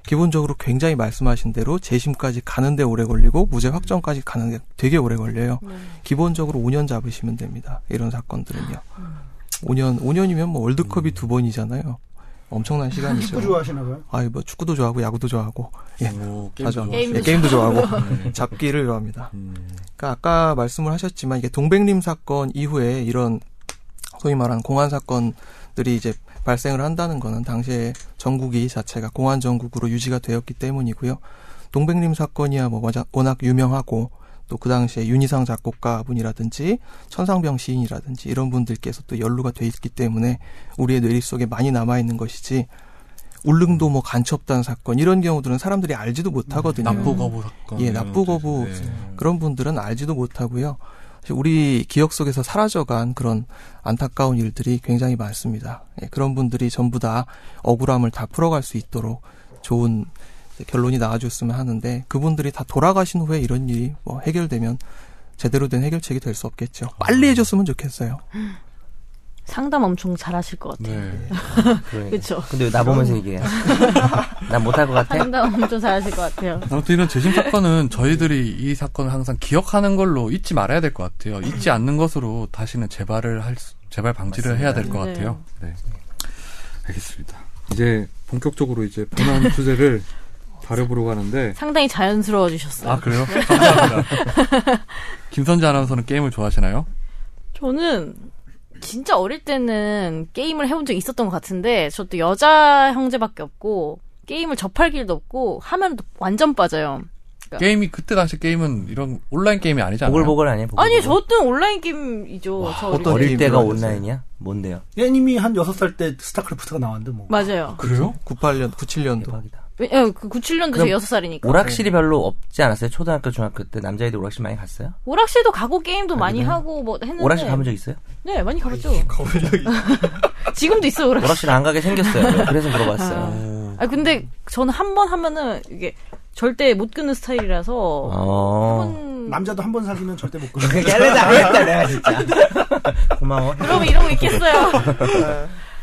Speaker 5: 기본적으로 굉장히 말씀하신 대로 재심까지 가는데 오래 걸리고 무죄 확정까지 가는 게 되게 오래 걸려요.
Speaker 2: 네.
Speaker 5: 기본적으로 5년 잡으시면 됩니다. 이런 사건들은요. 5년 5년이면 뭐 월드컵이 두 번이잖아요. 엄청난 시간이죠.
Speaker 3: 축구 좋아하시나 봐요.
Speaker 5: 아이 뭐 축구도 좋아하고 야구도 좋아하고 예.
Speaker 1: 뭐
Speaker 5: 맞아.
Speaker 1: 게임도 네.
Speaker 5: 예,
Speaker 2: 게임도
Speaker 5: 게임도 좋아하고 잡기를 좋아합니다.
Speaker 1: 음,
Speaker 5: 그러니까 아까 말씀을 하셨지만 이게 동백림 사건 이후에 이런 소위 말하는 공안 사건들이 이제 발생을 한다는 거는 당시에 전국이 자체가 공안 전국으로 유지가 되었기 때문이고요. 동백림 사건이야 뭐 워낙- 워낙 유명하고 또 그 당시에 윤희상 작곡가 분이라든지 천상병 시인이라든지 이런 분들께서 또 연루가 돼 있기 때문에 우리의 뇌리 속에 많이 남아 있는 것이지 울릉도 뭐 간첩단 사건 이런 경우들은 사람들이 알지도 못하거든요.
Speaker 1: 납부 거부 사건.
Speaker 5: 음. 예,
Speaker 1: 이런
Speaker 5: 납부
Speaker 1: 것도
Speaker 5: 거부.
Speaker 1: 있어요. 네.
Speaker 5: 그런 분들은 알지도 못하고요. 사실 우리 기억 속에서 사라져간 그런 안타까운 일들이 굉장히 많습니다. 예, 그런 분들이 전부 다 억울함을 다 풀어갈 수 있도록 좋은 결론이 나와줬으면 하는데 그분들이 다 돌아가신 후에 이런 일이 뭐 해결되면 제대로 된 해결책이 될 수 없겠죠. 빨리 해줬으면 좋겠어요.
Speaker 2: 상담 엄청 잘하실 것 같아요.
Speaker 1: 네.
Speaker 4: 그러니까.
Speaker 2: 그렇죠.
Speaker 4: 근데 왜 나
Speaker 2: (laughs)
Speaker 4: 보면서 얘기해? 나 못할 것 같아?
Speaker 2: 상담 엄청 잘하실 것 같아요.
Speaker 1: 아무튼 이런 재심 사건은 저희들이 이 사건을 항상 기억하는 걸로 잊지 말아야 될 것 같아요. 잊지 않는 것으로 다시는 재발을 할 수, 재발 방지를 해야 될 것
Speaker 2: 네.
Speaker 1: 같아요. 네. 알겠습니다. 이제 본격적으로 이제 (laughs) 본안 주제를 다려보러 가는데
Speaker 2: 상당히 자연스러워지셨어요.
Speaker 1: 아 그래요? 감사합니다. 김선재 아나운서는 게임을 좋아하시나요?
Speaker 2: 저는 진짜 어릴 때는 게임을 해본 적이 있었던 것 같은데 저도 여자 형제밖에 없고 게임을 접할 길도 없고 하면 완전 빠져요.
Speaker 1: 게임이 그때 당시 게임은 이런 온라인 게임이 아니지 않아요?
Speaker 4: 보글보글 아니야? 보글보글?
Speaker 2: 아니 저도 온라인 게임이죠. 저 어릴
Speaker 5: 어떤
Speaker 2: 때.
Speaker 4: 어. 어릴
Speaker 5: 게임
Speaker 4: 때가
Speaker 5: 좋아하셨어요?
Speaker 4: 온라인이야? 뭔데요?
Speaker 3: 예, 애님이 한 여섯 살 때 스타크래프트가 나왔는데 뭐.
Speaker 2: 맞아요.
Speaker 1: 그래요?
Speaker 5: 98년, 97년도.
Speaker 4: 대박이다.
Speaker 2: 왜- 예, 그 97년도 제
Speaker 4: 그럼
Speaker 2: 6살이니까.
Speaker 4: 오락실이 별로 없지 않았어요? 초등학교, 중학교 때 남자애들 오락실 많이 갔어요?
Speaker 2: 오락실도 가고 게임도 많이
Speaker 4: 아, 그래요?
Speaker 2: 하고 뭐 했는데
Speaker 4: 오락실 가본 적 있어요?
Speaker 2: 네 많이 가봤죠. (laughs) 지금도 있어요 오락실.
Speaker 4: 오락실 안 가게 생겼어요.
Speaker 2: (laughs)
Speaker 4: 그래서 물어봤어요.
Speaker 1: 음.
Speaker 2: 아 근데 저는 한 번 하면은 이게 절대 못 끊는 스타일이라서
Speaker 4: 어.
Speaker 2: 한번
Speaker 3: 남자도 한 번 사귀면 절대 못 끊어.
Speaker 4: 깰래다 깼다 내가 진짜. (laughs) 고마워.
Speaker 2: 그럼 이러고 (laughs) 있겠어요.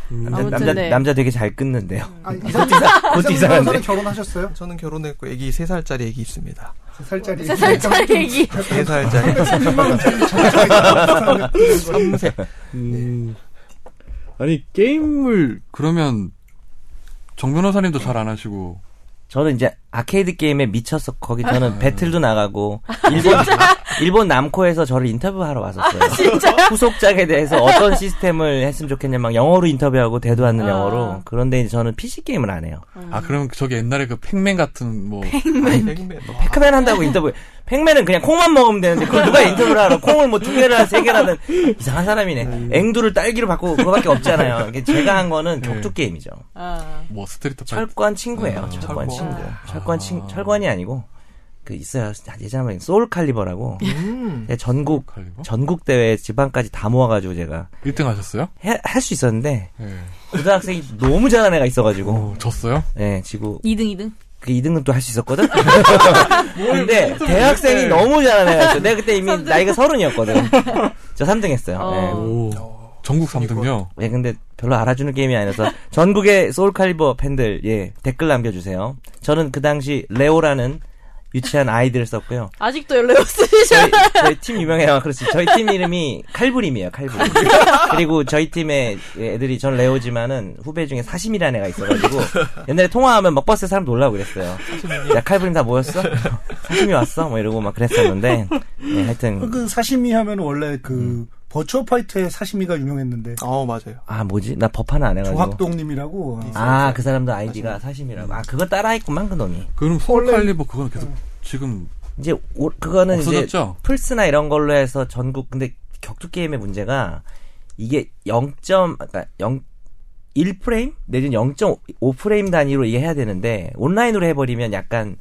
Speaker 4: 남자,
Speaker 2: 아무튼
Speaker 4: 네. 남자,
Speaker 2: 네.
Speaker 4: 남자 되게 잘 끊는데요.
Speaker 3: 아니,
Speaker 4: 그것도
Speaker 3: 이상한데
Speaker 4: 이상한데.
Speaker 3: 결혼하셨어요?
Speaker 5: 저는 결혼했고 애기 3살짜리 애기 있습니다.
Speaker 3: 세 살짜리.
Speaker 2: 세 살짜리 얘기.
Speaker 3: (laughs)
Speaker 5: 3살짜리.
Speaker 3: 300만
Speaker 5: (laughs)
Speaker 3: 원짜리 전차에
Speaker 5: 삼세.
Speaker 1: 음. 아니 게임을 그러면 정 변호사님도 잘 안 하시고
Speaker 4: 저는 이제 아케이드 게임에 미쳤어. 거기
Speaker 2: 아.
Speaker 4: 저는 배틀도 나가고 일본 일본 남코에서 저를 인터뷰하러
Speaker 2: 아,
Speaker 4: 왔었어요. (laughs) 후속작에 대해서 어떤 시스템을 했으면 좋겠냐 막 영어로 인터뷰하고 대도 않는
Speaker 2: 아.
Speaker 4: 영어로. 그런데 이제 저는 PC 게임을 안 해요.
Speaker 1: 아 그럼 저기 옛날에 그 팩맨 같은 뭐
Speaker 4: 팩맨 한다고 인터뷰. 팩맨은 그냥 콩만 먹으면 되는데 그걸 누가 인터뷰를 하러 콩을 뭐 두 개를 하세 개를 하는 이상한 사람이네. 앵두를 딸기로 바꾸고 그거밖에 없잖아요. 이게 제가 한 거는 격투 게임이죠.
Speaker 2: 아,
Speaker 1: 뭐 스트리트 파이터
Speaker 4: 철권 친구예요.
Speaker 1: 아,
Speaker 4: 철권
Speaker 5: 철권.
Speaker 4: 친구.
Speaker 5: 아.
Speaker 4: 철권 친 철권이 아니고 그 있어요. 예전에 소울 칼리버라고
Speaker 5: 음.
Speaker 4: 네, 전국
Speaker 1: 칼리버
Speaker 4: 전국 대회 지방까지 다 모아가지고 제가
Speaker 1: 1등 하셨어요?
Speaker 4: 할 수 있었는데
Speaker 1: 예.
Speaker 4: 고등학생이 너무 잘하는 애가 있어가지고
Speaker 1: 어, 졌어요?
Speaker 4: 예 지고
Speaker 2: 2등 2등.
Speaker 4: 그 2등은 또 할 수 있었거든. 근데 대학생이 너무 잘하는 애가 있어. 내가 그때 이미 나이가 서른이었거든. 저 3등 했어요. 예.
Speaker 2: 어.
Speaker 1: 오. 전국 3등요.
Speaker 4: 예, 근데 별로 알아주는 게임이 아니라서 전국의 소울칼리버 팬들 예 댓글 남겨주세요. 저는 그 당시 레오라는 유치한 아이들을 썼고요.
Speaker 2: 아직도 연락 없으시죠?
Speaker 4: 저희, 저희 팀 유명해요. 그렇지. 저희 팀 이름이 칼부림이에요. 칼부림. 그리고 저희 팀에 애들이 전 레오지만은 후배 중에 사심이라는 애가 있어가지고 옛날에 통화하면 막 버스에 사람 놀라고 그랬어요. 야 칼부림 다 모였어? 사심이 왔어? 뭐 이러고 막 그랬었는데 네, 하여튼
Speaker 3: 그 사시미 하면 원래 그
Speaker 1: 음.
Speaker 3: 버추어 파이터의 사시미가 유명했는데
Speaker 5: 어, 맞아요.
Speaker 4: 아 뭐지? 나 법 하나 안 해가지고.
Speaker 3: 조학동님이라고
Speaker 4: 아 그 사람도 아이디가 사심이라고. 아 그거 따라했구만 그 놈이.
Speaker 1: 그럼 소울칼리버 그거는 계속 지금
Speaker 4: 이제 오- 그거는 이제
Speaker 1: 없어졌죠?
Speaker 4: 플스나 이런 걸로 해서 전국 근데 격투 게임의 문제가 이게 0. 그러니까 0 1프레임 내지는 0.5프레임 단위로 이게 해야 되는데 온라인으로 해버리면 약간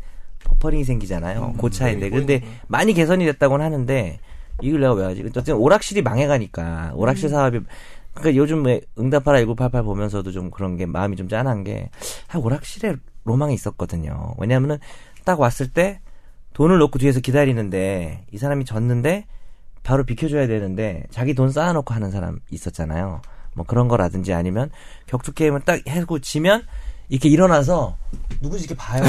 Speaker 4: 버퍼링이 생기잖아요. 그 차인데 근데 많이 개선이 됐다고는 하는데 이걸 내가 왜 하지? 어쨌든 오락실이 망해가니까 오락실 사업이 그러니까 요즘 왜 응답하라 1988 보면서도 좀 그런 게 마음이 좀 짠한 게 아, 오락실에 로망이 있었거든요. 왜냐하면은 딱 왔을 때 돈을 넣고 뒤에서 기다리는데 이 사람이 졌는데 바로 비켜줘야 되는데 자기 돈 쌓아놓고 하는 사람 있었잖아요. 뭐 그런 거라든지 아니면 격투 게임을 딱 해고 지면 이렇게 일어나서 누구지 이렇게 (laughs) 봐요.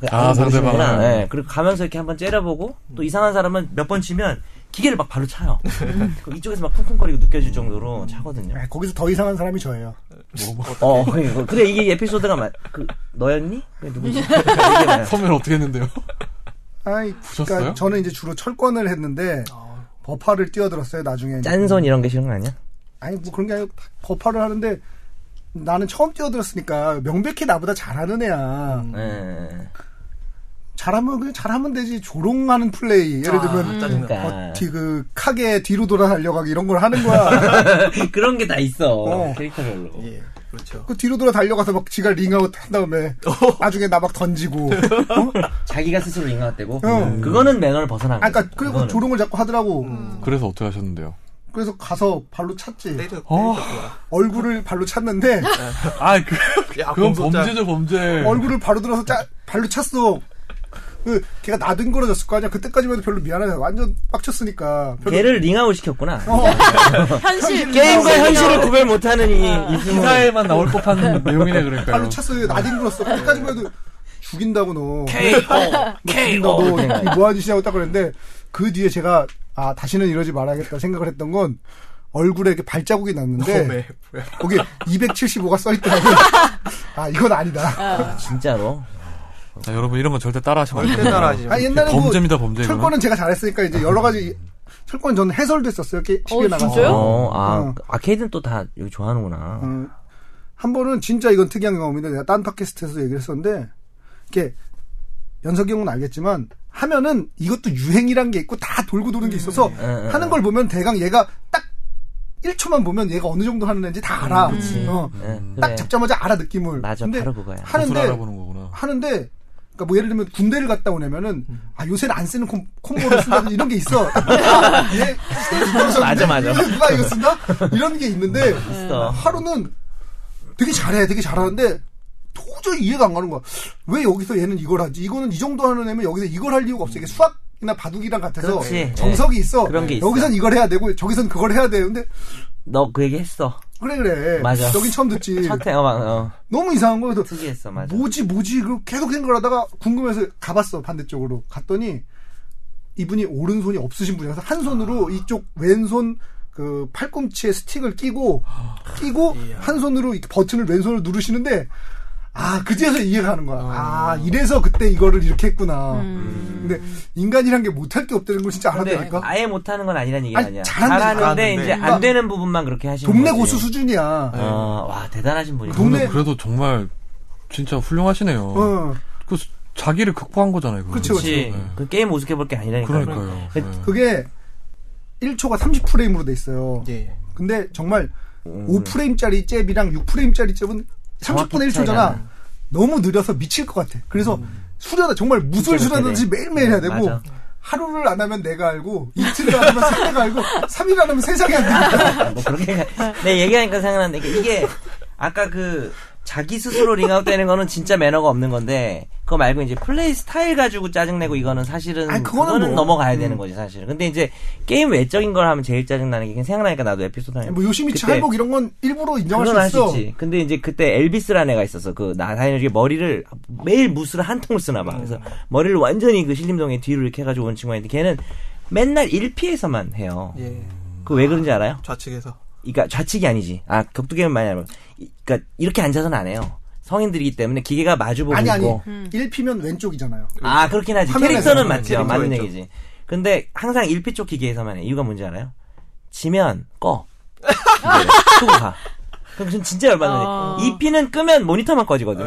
Speaker 4: 그
Speaker 1: 아, 상대방을.
Speaker 4: 모르시는구나. 예, 그리고 가면서 이렇게 한번 째려보고 또 이상한 사람은 몇 번 치면 기계를 막 발로 차요. 그 이쪽에서 막 쿵쿵거리고 느껴질 정도로 차거든요.
Speaker 3: 네, 거기서 더 이상한 사람이 저예요.
Speaker 4: 어, 그러니까. 근데 이게 에피소드가 맞, 그, 너였니? 그게 (laughs) 누구지? 이게 맞아요.
Speaker 1: 선배는 어떻게 했는데요? (laughs)
Speaker 3: 아이,
Speaker 1: 부셨어요? 아.
Speaker 3: 그러니까 저는 이제 주로 철권을 했는데 버파를 뛰어들었어요. 나중에 이제.
Speaker 4: 짠손 이런 게 싫은 거 아니야?
Speaker 3: 아니 뭐 그런 게 아니고 버파를 하는데 나는 처음 뛰어들었으니까 명백히 나보다 잘하는 애야.
Speaker 1: 음.
Speaker 4: 예.
Speaker 3: 잘하면 그냥 잘하면 되지 조롱하는 플레이. 예를 들면
Speaker 4: 짜증나.
Speaker 3: 어티 그 카게 뒤로 돌아 달려가기 이런 걸
Speaker 1: (laughs)
Speaker 3: 하는 거야.
Speaker 4: (laughs) 그런 게 다 있어.
Speaker 3: 어.
Speaker 4: 캐릭터별로.
Speaker 5: 예, 그렇죠.
Speaker 3: 그 뒤로 돌아 달려가서 막 지가 링아웃 한 다음에 나중에 나 막 던지고. 어?
Speaker 4: 자기가 스스로 인간같대고.
Speaker 3: 응.
Speaker 4: 그거는 매너를 벗어난
Speaker 3: 어. 음. 아,
Speaker 4: 거야.
Speaker 3: 그러니까 그리고
Speaker 4: 그거는.
Speaker 3: 조롱을 자꾸 하더라고.
Speaker 1: 그래서 어떻게 하셨는데요?
Speaker 3: 그래서 가서 발로 찼지.
Speaker 5: 때려, 때려.
Speaker 1: 어.
Speaker 3: 얼굴을 발로 찼는데
Speaker 1: 아, 그,
Speaker 3: (laughs)
Speaker 5: 야,
Speaker 1: 그건
Speaker 5: 공소장.
Speaker 1: 범죄죠, 범죄.
Speaker 3: 얼굴을 바로 들어서 짜, 발로 찼어. 그 걔가 나뒹굴어졌을 거 아니야. 그때까지만 해도 별로 미안하네. 완전 빡쳤으니까. 별로-
Speaker 4: 걔를 링아웃 시켰구나.
Speaker 3: 어,
Speaker 2: 현실
Speaker 4: 게임과 현실을 구별 못하는 이 이승훈.
Speaker 6: 기사에만
Speaker 1: (laughs)
Speaker 6: 나올 법한 내용이네 그러니까요.
Speaker 3: 발로 찼어. 나뒹굴었어. 그때까지만 해도 죽인다고 너.
Speaker 4: 어,
Speaker 2: 어,
Speaker 4: KO.
Speaker 3: 너뭐 하는 짓이냐고 딱 그랬는데 그 뒤에 제가 아 다시는 이러지 말아야겠다 생각을 했던 건 얼굴에 이렇게 발자국이 났는데
Speaker 5: 네.
Speaker 3: 거기 275가 써 있더라고요. 아 이건 아니다.
Speaker 4: 진짜로.
Speaker 1: 자, 여러분 이런 건 절대 따라하시면 안
Speaker 5: 절대
Speaker 1: 돼요.
Speaker 5: 따라하지 마.
Speaker 3: 아 옛날에 뭐
Speaker 1: 범죄입니다,
Speaker 2: 네.
Speaker 1: 범죄. 이거는.
Speaker 3: 철권은 제가 잘했으니까 이제 여러 가지 철권 저는 해설도 했었어요. 이렇게
Speaker 2: 어,
Speaker 3: TV에
Speaker 2: 진짜요?
Speaker 3: 나가서.
Speaker 4: 어, 아,
Speaker 3: 어.
Speaker 4: 아케이드는 또 다 여기 좋아하는구나.
Speaker 3: 음, 한 번은 진짜 이건 특이한 경험인데 내가 딴 팟캐스트에서 얘기를 했었는데 이렇게 연석이 형은 알겠지만 하면은 이것도 유행이란 게 있고 다 돌고 도는 게 있어서
Speaker 4: 음, 음,
Speaker 3: 하는 걸 보면 대강 얘가 딱 1초만 보면 얘가 어느 정도 하는 애인지 다 알아. 어,
Speaker 4: 예,
Speaker 3: 딱
Speaker 4: 그래.
Speaker 3: 잡자마자 알아 느낌을.
Speaker 4: 맞아,
Speaker 3: 근데
Speaker 4: 바로 그거야.
Speaker 1: 구슬
Speaker 3: 하는데
Speaker 1: 알아보는 거구나.
Speaker 3: 하는데 그러니까 뭐 예를 들면 군대를 갔다 오냐면은 아 요새는 안 쓰는 콤, 콤보를 쓴다든지 이런 게 있어.
Speaker 4: (laughs)
Speaker 3: 아, 얘 스테이지 보면서
Speaker 4: 맞아, 맞아.
Speaker 3: 누가 이거
Speaker 4: (laughs)
Speaker 3: 쓴다? 이런 게 있는데
Speaker 4: 있어.
Speaker 3: 하루는 되게 잘해, 되게 잘하는데 도저히 이해가 안 가는 거야. 왜 여기서 얘는 이걸 하지? 이거는 이 정도 하는 애면 여기서 이걸 할 이유가 없어. 이게 수학이나 바둑이랑 같아서
Speaker 4: 그렇지. 예.
Speaker 3: 정석이 있어.
Speaker 4: 그런 게 있어.
Speaker 3: 여기선 이걸 해야 되고 저기선 그걸 해야 돼. 근데
Speaker 4: 너 그 얘기 했어.
Speaker 3: 그래 그래.
Speaker 4: 맞아.
Speaker 3: 여긴 처음 듣지.
Speaker 4: 첫해 어, 어.
Speaker 3: 너무 이상한 거야. 그래서
Speaker 4: 특이했어, 맞아.
Speaker 3: 뭐지 뭐지 그리고 계속 생각을 하다가 궁금해서 가봤어 반대쪽으로 갔더니 이분이 오른손이 없으신 분이라서 한
Speaker 4: 아.
Speaker 3: 손으로 이쪽 왼손 그 팔꿈치에 스틱을 끼고 끼고
Speaker 4: 아,
Speaker 3: 한 손으로 이렇게 버튼을 왼손으로 누르시는데 아 그제서 이해가 하는 거야 아 이래서 그때 이거를 이렇게 했구나 근데 인간이란 게 못할 게 없다는 걸 진짜
Speaker 4: 음. 근데
Speaker 3: 알았다니까
Speaker 4: 아예 못하는 건 아니란 얘기
Speaker 3: 아니,
Speaker 4: 아니야.
Speaker 3: 잘하는 그러니까
Speaker 4: 잘하는데
Speaker 5: 거지.
Speaker 4: 이제 안 되는 부분만 그렇게 하시는
Speaker 3: 동네
Speaker 4: 거지.
Speaker 3: 고수 수준이야
Speaker 4: 어, 와 대단하신 분이네.
Speaker 3: 동네-
Speaker 1: 저는 그래도 정말 진짜 훌륭하시네요.
Speaker 3: 어
Speaker 1: 그 수- 자기를 극복한 거잖아요. 그거.
Speaker 3: 그렇죠,
Speaker 4: 그렇지.
Speaker 1: 네.
Speaker 4: 그 게임 우습게 볼 게 아니라니까.
Speaker 1: 그러니까요.
Speaker 4: 그-
Speaker 1: 네.
Speaker 3: 그게 1초가 30프레임으로 돼 있어요
Speaker 5: 예, 예.
Speaker 3: 근데 정말 5프레임짜리 잽이랑 6프레임짜리 잽은 30분의 1초잖아.
Speaker 4: 차이가
Speaker 3: 너무 느려서 미칠 것 같아. 그래서 수련하 정말 무술
Speaker 4: 진짜
Speaker 3: 수련하듯이
Speaker 4: 못해.
Speaker 3: 매일매일 해야 되고
Speaker 4: 맞아.
Speaker 3: 하루를 안 하면 내가 알고 이틀을 안 하면 상대가 알고 3일 안 하면 세상이 안 돼.
Speaker 4: (laughs) 아, 뭐 그렇게 내 얘기하니까 생각나는데 그러니까 이게 아까 그 자기 스스로 링아웃 되는 거는 진짜 매너가 없는 건데 그거 말고 이제 플레이 스타일 가지고 짜증내고 이거는 사실은
Speaker 3: 아니,
Speaker 4: 그거는,
Speaker 3: 그거는 뭐.
Speaker 4: 넘어가야 되는 거지 사실은 근데 이제 게임 외적인 걸 하면 제일 짜증나는 게 그냥 생각나니까 나도 에피소드 하나
Speaker 3: 뭐 요시미치
Speaker 4: 그때
Speaker 3: 할복 이런 건 일부러 인정할
Speaker 4: 그건
Speaker 3: 수
Speaker 4: 할수
Speaker 3: 있어.
Speaker 4: 있지. 근데 이제 그때 엘비스라는 애가 있었어. 그 나다이너에게 머리를 매일 무스를 한 통을 쓰나 봐. 그래서 머리를 완전히 그 신림동에 뒤로 이렇게 해가지고 온 친구가 있는데 걔는 맨날 1피에서만 해요.
Speaker 5: 예.
Speaker 4: 그 왜 그런지 알아요?
Speaker 5: 좌측에서.
Speaker 4: 그러니까 좌측이 아니지. 아 격투게임 많이 알아. 그러니까 이렇게 앉아서는 안 해요. 성인들이기 때문에 기계가 마주보고
Speaker 3: 아니 아니
Speaker 4: 있고.
Speaker 3: 일 1피면 왼쪽이잖아요.
Speaker 4: 아 그렇긴 하지.
Speaker 3: 화면에서.
Speaker 4: 캐릭터는
Speaker 3: 음,
Speaker 4: 맞죠.
Speaker 5: 캐릭터
Speaker 4: 맞는
Speaker 5: 있죠.
Speaker 4: 얘기지. 근데 항상 1피 쪽 기계에서만 해. 이유가 뭔지 알아요? 지면 꺼. 기계를. 끄고 가. 그럼 지금 진짜 열받는 데 2피는 끄면 모니터만 꺼지거든요. (laughs)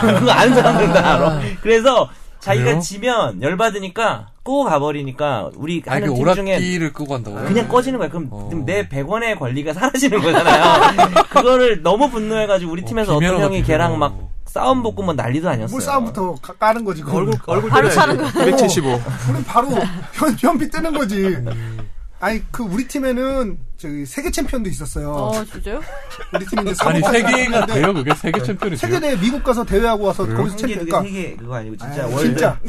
Speaker 4: 그거 아는 사람들은 다 알아. 그래서 자기가
Speaker 1: 그래요?
Speaker 4: 지면 열받으니까 끄고 가버리니까 우리
Speaker 1: 아니,
Speaker 4: 하는
Speaker 1: 그
Speaker 4: 팀 중에
Speaker 1: 오락기를 끄고 한다고요?
Speaker 4: 그냥 꺼지는 거야. 그럼
Speaker 1: 어.
Speaker 4: 내 100원의 권리가
Speaker 1: (laughs)
Speaker 4: 사라지는 거잖아요. 그거를 너무 분노해가지고 우리 팀에서 어, 떤
Speaker 1: 비매너다,
Speaker 4: 형이
Speaker 1: 비매너.
Speaker 4: 걔랑 막 싸움 붙고 뭐 난리도 아니었어요.
Speaker 3: 뭘 싸움부터 가- 까는 거지. 그건.
Speaker 5: 얼굴, 얼굴
Speaker 2: 바로 차는
Speaker 5: 때려야지. 275.
Speaker 3: 우린 바로 현, 현피 뜨는 거지. 아니 그 우리 팀에는 저기 세계 챔피언도 있었어요.
Speaker 2: 어 진짜요?
Speaker 3: 우리 팀 이제
Speaker 1: 아니
Speaker 3: 사무관
Speaker 1: 세계가
Speaker 3: 갔는데
Speaker 1: 돼요 그게 세계 챔피언이
Speaker 3: 세계 대회 미국 가서 대회하고 와서 거기서
Speaker 4: 그게
Speaker 3: 챔피언 그러니까
Speaker 4: 그게 그거 아니고 진짜
Speaker 3: 진짜
Speaker 4: 월
Speaker 3: 진짜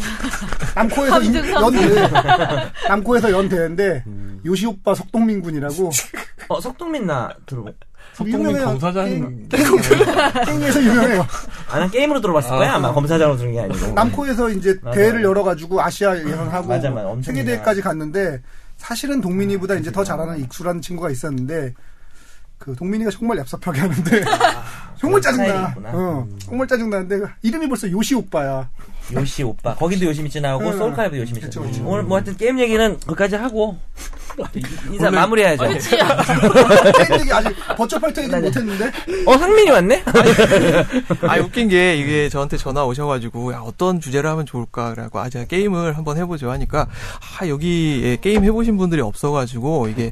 Speaker 3: 남코에서
Speaker 2: 삼등, 삼등.
Speaker 3: 연 대회 남코에서 연 대회인데 요시 오빠 석동민 군이라고 그
Speaker 4: 어, 석동민 나 들어보.
Speaker 1: 석동민
Speaker 3: 유명해요.
Speaker 1: 검사장
Speaker 3: 땡기에서 유명해요.
Speaker 4: 아, 난 게임으로 들어봤을 거야. 아마 검사장으로 들은 게 아니고.
Speaker 3: 남코에서 이제
Speaker 4: 맞아.
Speaker 3: 대회를 열어가지고 아시아 예선하고
Speaker 4: 맞아, 맞아. 엄청
Speaker 3: 세계 대회까지 갔는데 사실은 동민이보다 이제 더 잘하는 익수라는 친구가 있었는데 그 동민이가 정말 얍삽하게 하는데 (laughs) 정말
Speaker 4: 아, 그런 스타일이
Speaker 3: 짜증나.
Speaker 4: 있구나. 음.
Speaker 3: 어, 정말 짜증나는데 이름이 벌써 요시 오빠야.
Speaker 4: 요시 오빠. 거기도 요시미치 나오고
Speaker 3: 응,
Speaker 4: 소울칼도
Speaker 3: 음.
Speaker 4: 요시미치.
Speaker 3: 그쵸,
Speaker 4: 나오고.
Speaker 3: 그쵸.
Speaker 4: 오늘 뭐 하여튼 게임 얘기는 거기까지
Speaker 3: (laughs)
Speaker 4: 하고 인사
Speaker 1: 원래-
Speaker 4: 마무리해야죠.
Speaker 3: 게임 얘기 아직 버쩍할 때 얘기 못했는데
Speaker 4: 어, 상민이 왔네?
Speaker 5: (laughs) 아 웃긴 게 이게 저한테 전화 오셔가지고 야, 어떤 주제를 하면 좋을까 그래갖고 아 제가 게임을 한번 해보죠 하니까 아 여기 예, 게임 해보신 분들이 없어가지고 이게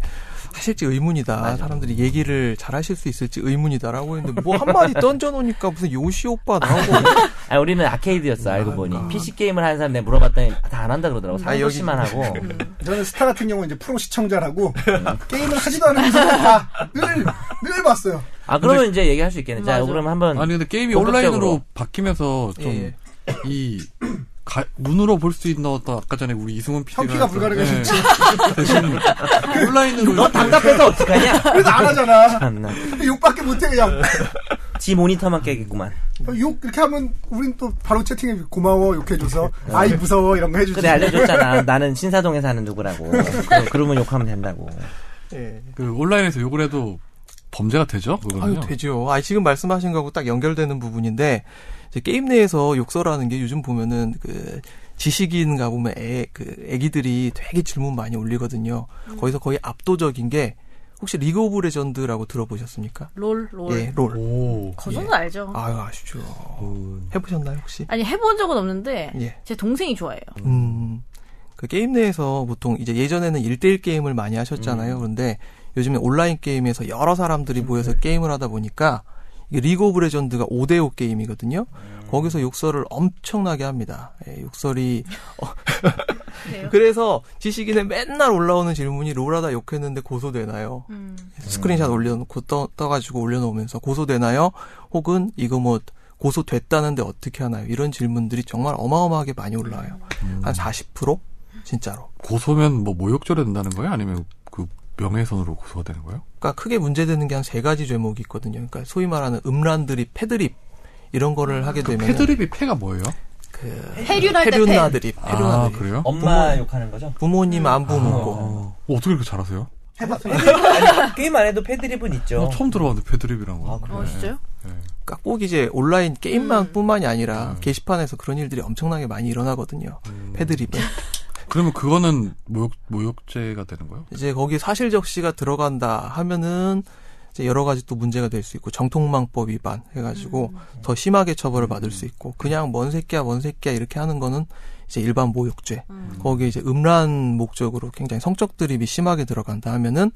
Speaker 5: 하실지 의문이다 사람들이 얘기를 잘 하실 수 있을지 의문이다라고 했는데 뭐 한마디 던져놓으니까 무슨 요시 오빠 나오고
Speaker 4: 아, 우리는 아케이드였어, 알고 보니. PC 게임을 하는 사람 내가 물어봤더니 다 안 한다 그러더라고.
Speaker 5: 아, 여기-
Speaker 4: 사무실만 하고.
Speaker 3: 저는 스타 같은 경우는 이제 프로 시청자라고 게임을 하지도 않은 사람다늘늘 봤어요.
Speaker 4: 아, 그러면 이제 얘기할 수 있겠네. 자,
Speaker 2: 맞아.
Speaker 4: 그럼 한번.
Speaker 1: 아니 근데 게임이
Speaker 4: 본격적으로.
Speaker 1: 온라인으로 바뀌면서 좀
Speaker 5: 예, 예.
Speaker 1: 이 가- 눈으로 볼 수 있는 어떤 아까 전에 우리 이승훈 PD가 예.
Speaker 3: 현피가 불가능해졌지.
Speaker 1: (laughs) 대신 온라인으로
Speaker 4: 너 답답해서 어떡하냐?
Speaker 3: 그래서 안 하잖아.
Speaker 4: 참나.
Speaker 3: 욕밖에 못해 그냥.
Speaker 4: 지 모니터만 깨겠구만.
Speaker 3: 욕 이렇게 하면 우린 또 바로 채팅에 고마워 욕해줘서 아이 무서워 이런 거 해주지.
Speaker 4: 그래 알려줬잖아. 나는 신사동에 사는 누구라고. 그, 그러면 욕하면 된다고.
Speaker 5: 예.
Speaker 1: 그 온라인에서 욕을 해도 범죄가 되죠?
Speaker 5: 아유
Speaker 1: 그거는요.
Speaker 5: 되죠. 아 지금 말씀하신 거하고 딱 연결되는 부분인데 이제 게임 내에서 욕설하는 게 요즘 보면은 그 지식인가 보면 애그 애기들이 되게 질문 많이 올리거든요.
Speaker 1: 음.
Speaker 5: 거기서 거의 압도적인 게 혹시 리그 오브 레전드라고 들어보셨습니까?
Speaker 2: 롤, 롤.
Speaker 5: 예,
Speaker 1: 음.
Speaker 5: 롤.
Speaker 1: 오.
Speaker 2: 그 정도는 알죠.
Speaker 5: 아유 아시죠. 해보셨나요 혹시?
Speaker 2: 아니, 해본 적은 없는데,
Speaker 5: 예.
Speaker 2: 제 동생이 좋아해요.
Speaker 5: 음. 그 게임 내에서 보통 이제 예전에는 1대1 게임을 많이 하셨잖아요. 그런데 요즘에 온라인 게임에서 여러 사람들이 모여서 게임을 하다 보니까 이게 리그 오브 레전드가 5대5 게임이거든요. 거기서 욕설을 엄청나게 합니다. 예, 욕설이 어,
Speaker 2: (laughs) 그래요?
Speaker 5: 그래서 지식인에 맨날 올라오는 질문이 롤하다 욕했는데 고소되나요?
Speaker 2: 음.
Speaker 5: 스크린샷 올려놓고 떠, 떠가지고 올려놓으면서 고소되나요? 혹은 이거 뭐 고소됐다는데 어떻게 하나요? 이런 질문들이 정말 어마어마하게 많이 올라와요.
Speaker 1: 음.
Speaker 5: 한 40%? 진짜로.
Speaker 1: 고소면 뭐 모욕죄로 된다는 거예요? 아니면 그 명예훼손으로 고소가 되는 거예요?
Speaker 5: 그러니까 크게 문제되는 게 한 세 가지 죄목이 있거든요. 그러니까 소위 말하는 음란드립, 패드립 이런 거를 하게 되면
Speaker 1: 그 패드립이 패가 뭐예요?
Speaker 5: 그
Speaker 7: 해륜할 때 팬.
Speaker 5: 페륜나드립,
Speaker 1: 아,
Speaker 5: 페륜나드립.
Speaker 1: 그래요?
Speaker 4: 엄마 욕하는 거죠?
Speaker 5: 부모님 안부 묻고.
Speaker 1: 어, 어떻게 그렇게 잘하세요?
Speaker 4: 아니, 게임 안 해도 패드립은 있죠.
Speaker 1: 어, 처음 들어봤는데 패드립이란 거. 네.
Speaker 4: 아,
Speaker 2: 어, 진짜요?
Speaker 5: 그러니까 꼭 이제 온라인 게임만 뿐만이
Speaker 1: 음.
Speaker 5: 아니라 게시판에서 그런 일들이 엄청나게 많이 일어나거든요. 패드립은.
Speaker 1: 그러면 그거는 모욕 모욕죄가 되는 거예요?
Speaker 5: 이제 거기 사실 적시가 들어간다 하면은 이제 여러 가지 또 문제가 될 수 있고 정통망법 위반 해가지고 더 심하게 처벌을 받을 수 있고 그냥 먼 새끼야 먼 새끼야 이렇게 하는 거는 이제 일반 모욕죄 거기에 이제 음란 목적으로 굉장히 성적 드립이 심하게 들어간다 하면은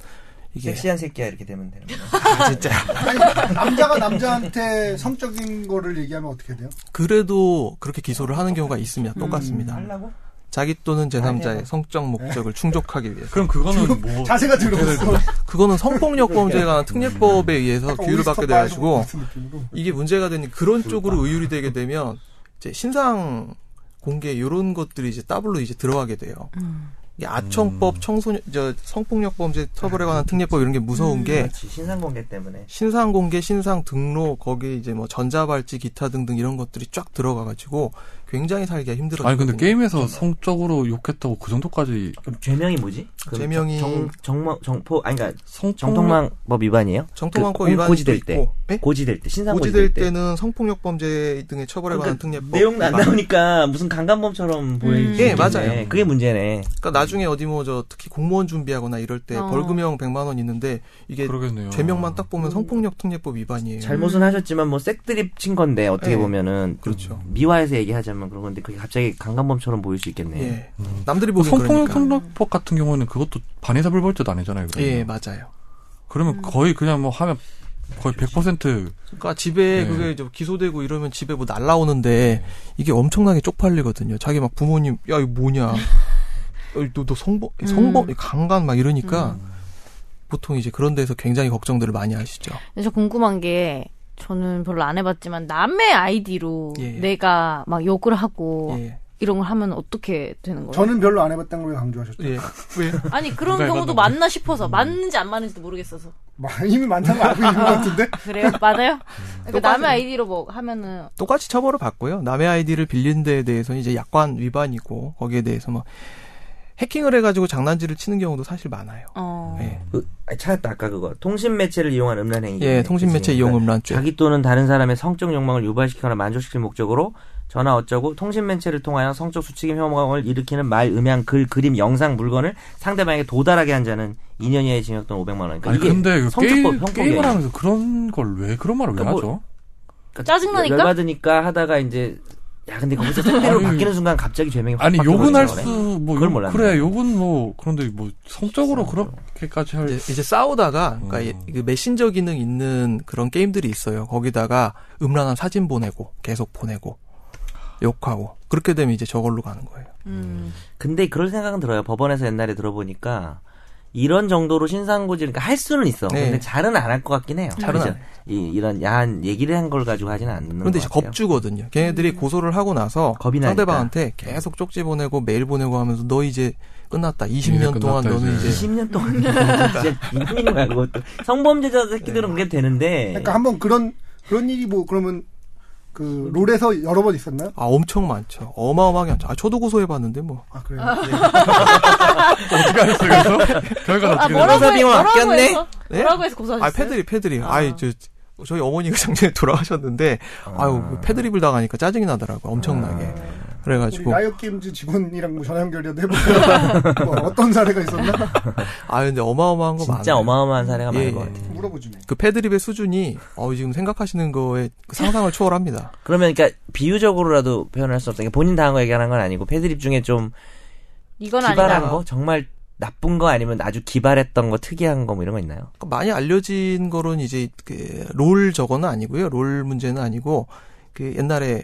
Speaker 5: 이게
Speaker 4: 섹시한 새끼야 이렇게 되면 되는 거예요.
Speaker 5: 아, 진짜
Speaker 3: 아니, 남자가 남자한테 성적인 거를 얘기하면 어떻게 돼요?
Speaker 5: 그래도 그렇게 기소를 하는 경우가 있습니다 똑같습니다
Speaker 4: 하려고?
Speaker 5: 자기 또는 제3자의
Speaker 4: 아니요.
Speaker 5: 성적 목적을 충족하기 위해서
Speaker 1: 그럼 그거는
Speaker 5: 어,
Speaker 1: 뭐
Speaker 3: 자세가 들어갔어. 어,
Speaker 5: 그거는 성폭력 범죄에 관한 특례법에 의해서 규율을 받게 돼가지고
Speaker 3: 같은 느낌으로.
Speaker 5: 이게 문제가 되니
Speaker 4: 그러니까.
Speaker 5: 그런 쪽으로 의율이 되게 되면 이제 신상 공개 이런 것들이 이제 따블로 이제 들어가게 돼요.
Speaker 4: 음.
Speaker 5: 이게 아청법, 청소년 저 성폭력 범죄 처벌에 관한 특례법 이런 게 무서운 게
Speaker 4: 그렇지 신상공개 때문에.
Speaker 5: 신상 공개, 신상 등록 거기에 이제 뭐 전자발찌, 기타 등등 이런 것들이 쫙 들어가 가지고 굉장히 살기가 힘들어요.
Speaker 1: 아니 근데 게임에서 성적으로 욕했다고 그 정도까지
Speaker 4: 그럼 죄명이 뭐지? 그
Speaker 5: 죄명이-
Speaker 4: 정, 정마, 정포 아니 그러니까
Speaker 1: 성폭력
Speaker 4: 정통망법 위반이에요?
Speaker 5: 정통망법
Speaker 4: 그
Speaker 5: 위반도
Speaker 4: 고지될
Speaker 5: 있고.
Speaker 4: 때
Speaker 5: 네?
Speaker 4: 고지될 때 신상
Speaker 5: 고지될 때는 성폭력 범죄 등의 처벌에 관한 특례법
Speaker 4: 내용 안
Speaker 5: 위반.
Speaker 4: 나오니까 무슨 강간범처럼 보이지.
Speaker 5: 예, 맞아요.
Speaker 4: 그게 문제네.
Speaker 5: 그러니까 나중에 어디 뭐 저 특히 공무원 준비하거나 이럴 때
Speaker 2: 어.
Speaker 5: 벌금형 100만 원 있는데 이게
Speaker 1: 그러겠네요.
Speaker 5: 죄명만 딱 보면 성폭력 특례법 위반이에요.
Speaker 4: 잘못은 하셨지만 뭐 색드립 친 건데 어떻게
Speaker 5: 예.
Speaker 4: 보면은
Speaker 5: 그렇죠.
Speaker 4: 미화해서 얘기하자면 그런 건데 그게 갑자기 강간범처럼 보일 수 있겠네.
Speaker 5: 예. 남들이
Speaker 1: 뭐
Speaker 5: 보기
Speaker 1: 성폭력
Speaker 5: 그러니까.
Speaker 1: 폭력 같은 경우는 그것도 반의사 불벌죄도 아니잖아요. 그러면.
Speaker 5: 예, 맞아요.
Speaker 1: 그러면
Speaker 4: 음.
Speaker 1: 거의 그냥 뭐 하면
Speaker 5: 그렇죠.
Speaker 1: 거의 100%
Speaker 5: 그러니까 집에
Speaker 1: 예.
Speaker 5: 그게 이제 기소되고 이러면 집에 뭐 날라오는데 이게 엄청나게 쪽팔리거든요. 자기 막 부모님 야 이거 뭐냐. 어, 너, 너 성범
Speaker 1: 음.
Speaker 5: 성범 강간 막 이러니까 보통 이제 그런 데서 굉장히 걱정들을 많이 하시죠.
Speaker 2: 근데 저 궁금한 게, 저는 별로 안 해봤지만, 남의 아이디로
Speaker 5: 예.
Speaker 2: 내가 막 욕을
Speaker 1: 어.
Speaker 2: 하고,
Speaker 5: 예.
Speaker 2: 이런 걸 하면 어떻게 되는 거예요?
Speaker 3: 저는 별로 안 해봤다는 걸 강조하셨죠.
Speaker 5: 예. 왜?
Speaker 2: 아니, 그런
Speaker 1: 누가
Speaker 2: 경우도
Speaker 1: 해봤나
Speaker 2: 맞나 싶어서, 맞는지 안 맞는지도 모르겠어서.
Speaker 3: 막 이미 많다는 거 알고 있는 것 같은데.
Speaker 2: 그래요? 맞아요? 그러니까 남의
Speaker 5: 똑같은-
Speaker 2: 아이디로 뭐 하면은,
Speaker 5: 똑같이 처벌을 받고요. 남의 아이디를 빌린 데에 대해서 이제 약관 위반이고 거기에 대해서 뭐 해킹을 해가지고 장난질을 치는 경우도 사실 많아요.
Speaker 2: 어.
Speaker 5: 예.
Speaker 4: 그, 아니, 찾았다 아까 그거 통신 매체를 이용한 음란 행위.
Speaker 5: 예, 통신 매체 이용 음란죄.
Speaker 4: 자기 또는 다른 사람의 성적 욕망을 유발시키거나 만족시킬 목적으로 전화 어쩌고 통신 매체를 통하여 성적 수치심 혐오감을 일으키는 말, 음향, 글, 그림, 영상, 물건을 상대방에게 도달하게 한 자는 2년 이하의 징역 또는 500만 원.
Speaker 1: 아니 근데 그
Speaker 4: 그러니까 성추법,
Speaker 1: 게임,
Speaker 4: 성폭행.
Speaker 1: 게임을 하면서 그런 걸 왜 그런 말을 왜
Speaker 4: 그러니까
Speaker 1: 하죠?
Speaker 2: 짜증나니까?
Speaker 4: 열받으니까 하다가 이제 야 근데 거기서 상대로
Speaker 1: 아니,
Speaker 4: 바뀌는 순간 갑자기 죄명이 확
Speaker 1: 아니 욕은
Speaker 4: 바뀌거든요.
Speaker 1: 할 수뭐
Speaker 4: 그걸 몰랐네. 그렇죠.
Speaker 1: 그래 욕은 뭐 그런데 뭐 성적으로 그렇게까지 할
Speaker 4: 네.
Speaker 5: 이제, 이제 싸우다가 그러니까
Speaker 1: 음.
Speaker 5: 예, 그 메신저 기능 있는 그런 게임들이 있어요. 거기다가 음란한 사진 보내고 계속 보내고 욕하고 그렇게 되면 이제 저걸로 가는 거예요.
Speaker 2: 음.
Speaker 4: 근데 그럴 생각은 들어요. 법원에서 옛날에 들어보니까 이런 정도로 신상고지 그러니까 할 수는 있어.
Speaker 5: 네.
Speaker 4: 근데 잘은 안 할 것 같긴 해요.
Speaker 5: 잘은
Speaker 4: 그죠?
Speaker 5: 안 해요.
Speaker 4: 이 이런 야한 얘기를 한 걸 가지고 하지는 않는 것
Speaker 5: 그런데 이제
Speaker 4: 같아요. 음.
Speaker 5: 겁주거든요. 걔네들이 고소를 하고 나서
Speaker 4: 겁이 나니까.
Speaker 5: 상대방한테 계속 쪽지 보내고 메일 보내고 하면서 너 이제 끝났다. 20년
Speaker 6: 이제
Speaker 5: 동안
Speaker 6: 끝났다,
Speaker 5: 너는
Speaker 6: 이제.
Speaker 5: 이제
Speaker 4: 20년 동안 진짜 죽는 거야 뭐 그것도. 성범죄자 새끼들은
Speaker 5: 네.
Speaker 4: 그게 되는데
Speaker 3: 그러니까 한번 그런 그런 일이 뭐 그러면 그 롤에서 여러 번 있었나요?
Speaker 5: 아 엄청 많죠. 어마어마하게 많죠. 아 저도 고소해봤는데 뭐.
Speaker 3: 아 그래요.
Speaker 1: 어떻게 알았어요?
Speaker 4: (laughs)
Speaker 1: 그래서 결과는
Speaker 2: 아,
Speaker 1: 어떻게
Speaker 2: 뭐라고, 해,
Speaker 4: 변호사님은
Speaker 2: 뭐라고
Speaker 4: 아꼈네?
Speaker 2: 해서?
Speaker 5: 네?
Speaker 2: 뭐라고 해서 고소하셨어요?
Speaker 5: 아 패드립 패드립.
Speaker 2: 아.
Speaker 5: 아. 이저 저희 어머니가 (laughs) 작년에 돌아가셨는데 아유 뭐 패드립을 당하니까 짜증이 나더라고 요 엄청나게.
Speaker 3: 우리
Speaker 4: 아.
Speaker 5: 그래가지고
Speaker 3: 라이엇 게임즈 직원이랑 뭐 전화 연결이라도 해볼까요? 뭐 어떤 사례가 있었나?
Speaker 5: 아 근데 어마어마한 거
Speaker 4: 진짜
Speaker 5: 많아요.
Speaker 4: 어마어마한 사례가
Speaker 5: 예,
Speaker 4: 많은 것
Speaker 5: 예.
Speaker 4: 같아요.
Speaker 3: 물어보지 뭐.
Speaker 5: 그 패드립의 수준이 어 지금 생각하시는 거에 그 상상을 초월합니다.
Speaker 4: 그러면 그러니까 비유적으로라도 표현할 수 없다. 이게 본인 당한 거 얘기하는 건 아니고 패드립 중에 좀
Speaker 2: 이건
Speaker 4: 기발한
Speaker 2: 아니다.
Speaker 4: 거 정말 나쁜 거 아니면 아주 기발했던 거 특이한 거 뭐 이런 거 있나요?
Speaker 5: 그러니까 많이 알려진 거는 이제 그 롤 저거는 아니고요. 롤 문제는 아니고 그 옛날에